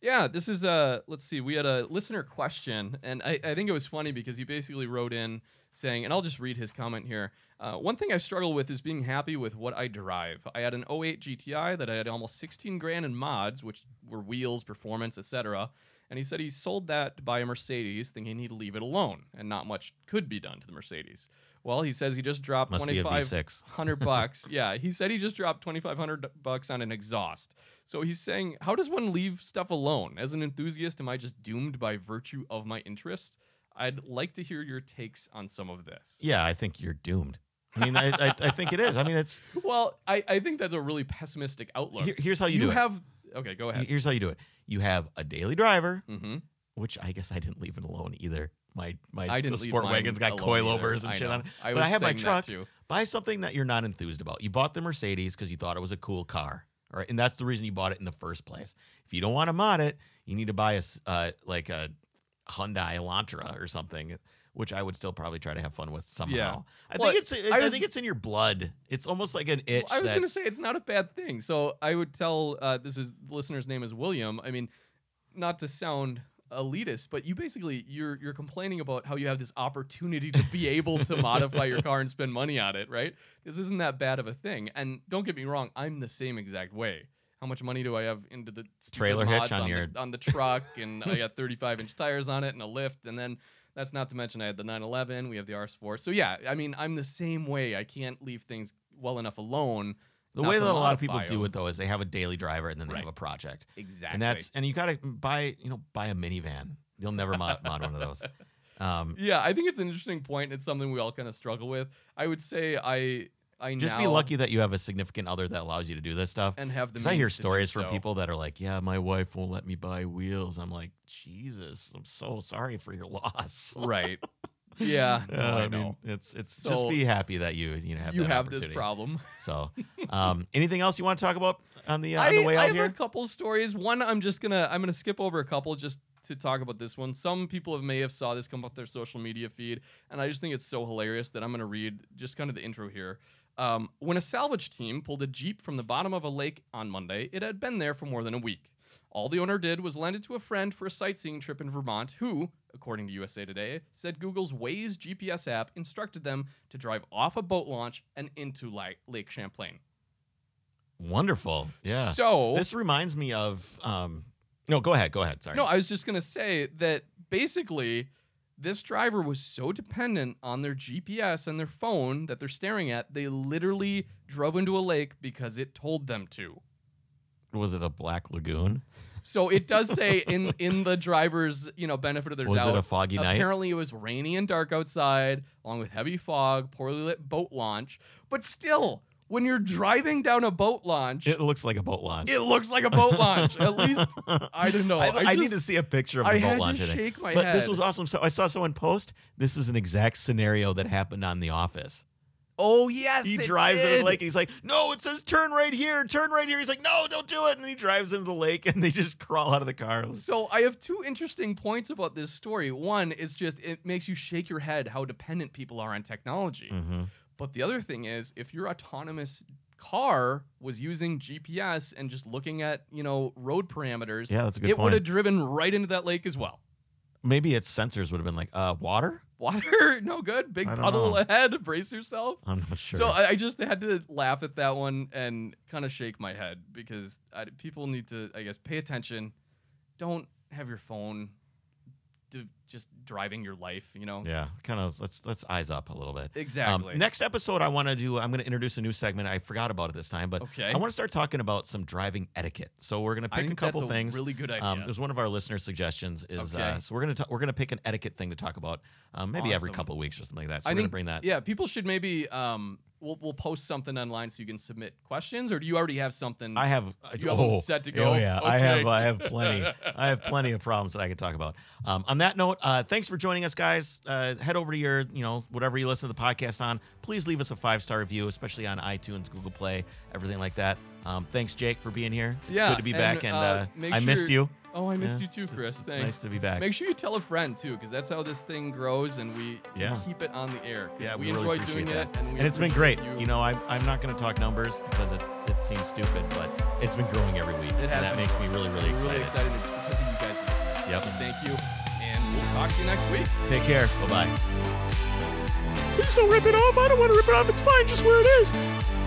[SPEAKER 2] Yeah, this is uh let's see, we had a listener question, and I, I think it was funny because he basically wrote in saying, and I'll just read his comment here. Uh, one thing I struggle with is being happy with what I drive. I had an 08 GTI that I had almost 16 grand in mods, which were wheels, performance, etc. And he said he sold that to buy a Mercedes, thinking he'd leave it alone, and not much could be done to the Mercedes. Well, he says he just dropped
[SPEAKER 1] Must be a
[SPEAKER 2] 25
[SPEAKER 1] V6.
[SPEAKER 2] hundred bucks. Yeah, he said he just dropped twenty five hundred bucks on an exhaust. So he's saying, how does one leave stuff alone? As an enthusiast, am I just doomed by virtue of my interest? I'd like to hear your takes on some of this.
[SPEAKER 1] Yeah, I think you're doomed. I mean, I, I, I think it is. I mean, it's
[SPEAKER 2] Well, I, I think that's a really pessimistic outlook.
[SPEAKER 1] here- here's how you, do
[SPEAKER 2] have okay, go
[SPEAKER 1] it.
[SPEAKER 2] ahead.
[SPEAKER 1] Here's how you do it. You have a daily driver,
[SPEAKER 2] mm-hmm.
[SPEAKER 1] which I guess I didn't leave it alone either. My my
[SPEAKER 2] I didn't. leave
[SPEAKER 1] sport
[SPEAKER 2] mine
[SPEAKER 1] wagon's got
[SPEAKER 2] alone
[SPEAKER 1] coilovers
[SPEAKER 2] either.
[SPEAKER 1] and
[SPEAKER 2] I
[SPEAKER 1] shit
[SPEAKER 2] know.
[SPEAKER 1] on it.
[SPEAKER 2] I
[SPEAKER 1] But
[SPEAKER 2] was
[SPEAKER 1] I have my
[SPEAKER 2] saying that
[SPEAKER 1] truck.
[SPEAKER 2] too.
[SPEAKER 1] Buy something that you're not enthused about. You bought the Mercedes because you thought it was a cool car, all right? And that's the reason you bought it in the first place. If you don't want to mod it, you need to buy a s- uh, like a Hyundai Elantra or something, which I would still probably try to have fun with somehow.
[SPEAKER 2] Yeah.
[SPEAKER 1] I
[SPEAKER 2] Well,
[SPEAKER 1] think it's I,
[SPEAKER 2] I was-
[SPEAKER 1] think it's in your blood. It's almost like an itch.
[SPEAKER 2] Well, I was going to
[SPEAKER 1] that's-
[SPEAKER 2] say it's not a bad thing. So I would tell uh, this is the listener's name is William. I mean, not to sound elitist, but you basically you're you're complaining about how you have this opportunity to be able to modify your car and spend money on it, right? This isn't that bad of a thing. And don't get me wrong, I'm the same exact way. How much money do I have into the stupid
[SPEAKER 1] Trailer hitch
[SPEAKER 2] mods
[SPEAKER 1] on
[SPEAKER 2] the-
[SPEAKER 1] your-
[SPEAKER 2] on the truck? and I got 35 inch tires on it and a lift, and then that's not to mention I had the 911. We have the RS4. So yeah, I mean I'm the same way. I can't leave things well enough alone.
[SPEAKER 1] the
[SPEAKER 2] not
[SPEAKER 1] way
[SPEAKER 2] to
[SPEAKER 1] that a lot of people
[SPEAKER 2] modify
[SPEAKER 1] do
[SPEAKER 2] 'em.
[SPEAKER 1] it though is they have a daily driver and then they
[SPEAKER 2] Right.
[SPEAKER 1] have a project.
[SPEAKER 2] Exactly.
[SPEAKER 1] And that's and you gotta buy you know buy a minivan. You'll never mod, mod one of those. Um,
[SPEAKER 2] yeah. I think it's an interesting point. It's something we all kind of struggle with. I would say I I
[SPEAKER 1] just be
[SPEAKER 2] now-
[SPEAKER 1] lucky that you have a significant other that allows you to do this stuff.
[SPEAKER 2] and have the.
[SPEAKER 1] Because I hear
[SPEAKER 2] means to do
[SPEAKER 1] stories from
[SPEAKER 2] so.
[SPEAKER 1] people that are like, "Yeah, my wife won't let me buy wheels." I'm like, "Jesus, I'm so sorry for your loss."
[SPEAKER 2] Right. Yeah.
[SPEAKER 1] Uh,
[SPEAKER 2] no, I, know.
[SPEAKER 1] it's it's just
[SPEAKER 2] So-
[SPEAKER 1] be happy that you you know, have
[SPEAKER 2] you
[SPEAKER 1] that
[SPEAKER 2] have this
[SPEAKER 1] opportunity.
[SPEAKER 2] problem.
[SPEAKER 1] So, um, anything else you want to talk about on the uh, on
[SPEAKER 2] I,
[SPEAKER 1] the way
[SPEAKER 2] I
[SPEAKER 1] out
[SPEAKER 2] have a
[SPEAKER 1] here?
[SPEAKER 2] couple stories. One, I'm just gonna I'm gonna skip over a couple just to talk about this one. Some people have may have saw this come up their social media feed, and I just think it's so hilarious that I'm gonna read just kind of the intro here. Um, when a salvage team pulled a jeep from the bottom of a lake on Monday, it had been there for more than a week. All the owner did was lend it to a friend for a sightseeing trip in Vermont, who, according to USA Today, said Google's Waze GPS app instructed them to drive off a boat launch and into Li- Lake Champlain.
[SPEAKER 1] Wonderful. Yeah.
[SPEAKER 2] So
[SPEAKER 1] this reminds me of. Um, no, go ahead. Go ahead. Sorry.
[SPEAKER 2] No, I was just gonna say that basically, this driver was so dependent on their GPS and their phone that they're staring at, they literally drove into a lake because it told them to.
[SPEAKER 1] was it a black lagoon?
[SPEAKER 2] So it does say in in the driver's you know benefit of their
[SPEAKER 1] Was
[SPEAKER 2] doubt.
[SPEAKER 1] it a foggy night?
[SPEAKER 2] Apparently, it was rainy and dark outside, along with heavy fog, poorly lit boat launch. But still, when you're driving down a boat launch,
[SPEAKER 1] It
[SPEAKER 2] it,
[SPEAKER 1] looks like a boat launch.
[SPEAKER 2] looks like a boat launch. At least I don't know.
[SPEAKER 1] I, I need
[SPEAKER 2] just-
[SPEAKER 1] to see a picture of the
[SPEAKER 2] I
[SPEAKER 1] boat
[SPEAKER 2] had
[SPEAKER 1] launch.
[SPEAKER 2] to
[SPEAKER 1] I think.
[SPEAKER 2] shake my
[SPEAKER 1] but
[SPEAKER 2] head.
[SPEAKER 1] this was awesome. So I saw someone post. This is an exact scenario that happened on The Office.
[SPEAKER 2] oh yes,
[SPEAKER 1] He
[SPEAKER 2] it
[SPEAKER 1] drives into
[SPEAKER 2] did.
[SPEAKER 1] the lake and he's like, "No, it says turn right here, turn right here." He's like, "No, don't do it." And he drives into the lake and they just crawl out of the car. It was-
[SPEAKER 2] So I have two interesting points about this story. One is just it makes you shake your head how dependent people are on technology.
[SPEAKER 1] Mm.
[SPEAKER 2] But the other thing is if your autonomous car was using GPS and just looking at, you know, road parameters,
[SPEAKER 1] Yeah, that's a good
[SPEAKER 2] it would
[SPEAKER 1] point.
[SPEAKER 2] have driven right into that lake as well.
[SPEAKER 1] Maybe its sensors would have been like, "Uh, water?"
[SPEAKER 2] Water, no good. Big
[SPEAKER 1] I don't
[SPEAKER 2] puddle
[SPEAKER 1] know.
[SPEAKER 2] ahead. Brace yourself.
[SPEAKER 1] I'm not sure.
[SPEAKER 2] So I, I just had to laugh at that one and kind of shake my head because I, people need to, I guess, pay attention. Don't have your phone d just driving your life, you know?
[SPEAKER 1] yeah, kind of. Let's let's eyes up a little bit. Um,
[SPEAKER 2] Exactly.
[SPEAKER 1] next episode, I want to do. I'm going to introduce a new segment. I forgot about it this time, but
[SPEAKER 2] okay.
[SPEAKER 1] I want to start talking about some driving etiquette. So we're going to
[SPEAKER 2] I
[SPEAKER 1] pick a
[SPEAKER 2] think
[SPEAKER 1] couple
[SPEAKER 2] that's a
[SPEAKER 1] things.
[SPEAKER 2] really good idea.
[SPEAKER 1] Um, it was one of our listener suggestions. Is uh,
[SPEAKER 2] Okay.
[SPEAKER 1] so we're gonna ta- we're gonna pick an etiquette thing to talk about, um, maybe every
[SPEAKER 2] Awesome.
[SPEAKER 1] couple of weeks or something like that. So we're
[SPEAKER 2] I
[SPEAKER 1] gonna
[SPEAKER 2] think-
[SPEAKER 1] bring that.
[SPEAKER 2] yeah, people should maybe um, we'll we'll post something online so you can submit questions, or do you already have something?
[SPEAKER 1] I have
[SPEAKER 2] You have them set to go?
[SPEAKER 1] Oh yeah, I have
[SPEAKER 2] Okay.
[SPEAKER 1] I have plenty. I have plenty of problems that I could talk about. Um, on that note, uh, thanks for joining us, guys. Uh, head over to your you know whatever you listen to the podcast on. Please leave us a five star review, especially on iTunes, Google Play, everything like that. Um, thanks, Jake, for being here. It's
[SPEAKER 2] Yeah,
[SPEAKER 1] good to be back,
[SPEAKER 2] and,
[SPEAKER 1] and
[SPEAKER 2] uh,
[SPEAKER 1] uh,
[SPEAKER 2] make
[SPEAKER 1] I missed
[SPEAKER 2] sure-
[SPEAKER 1] you.
[SPEAKER 2] Oh, I missed
[SPEAKER 1] Yeah,
[SPEAKER 2] you
[SPEAKER 1] it's-
[SPEAKER 2] too, Chris.
[SPEAKER 1] It's, it's
[SPEAKER 2] Thanks.
[SPEAKER 1] nice to be back.
[SPEAKER 2] Make sure you tell a friend too, because that's how this thing grows, and we
[SPEAKER 1] Yeah.
[SPEAKER 2] we keep it on the air. 'cause
[SPEAKER 1] yeah,
[SPEAKER 2] we,
[SPEAKER 1] we, really
[SPEAKER 2] enjoy
[SPEAKER 1] appreciate
[SPEAKER 2] doing
[SPEAKER 1] that.
[SPEAKER 2] it, and, we
[SPEAKER 1] and it's been
[SPEAKER 2] appreciate
[SPEAKER 1] great. You, know, I, I'm not going to talk numbers because it, it seems stupid, but it's been growing every week.
[SPEAKER 2] It
[SPEAKER 1] and
[SPEAKER 2] has
[SPEAKER 1] that
[SPEAKER 2] been.
[SPEAKER 1] makes me really, really
[SPEAKER 2] I'm
[SPEAKER 1] excited.
[SPEAKER 2] really excited it's because of you guys. listening.
[SPEAKER 1] Yep.
[SPEAKER 2] So thank you, and we'll talk to you next week.
[SPEAKER 1] Take care. Bye bye. Please don't rip it off. I don't want to rip it off. It's fine just where it is.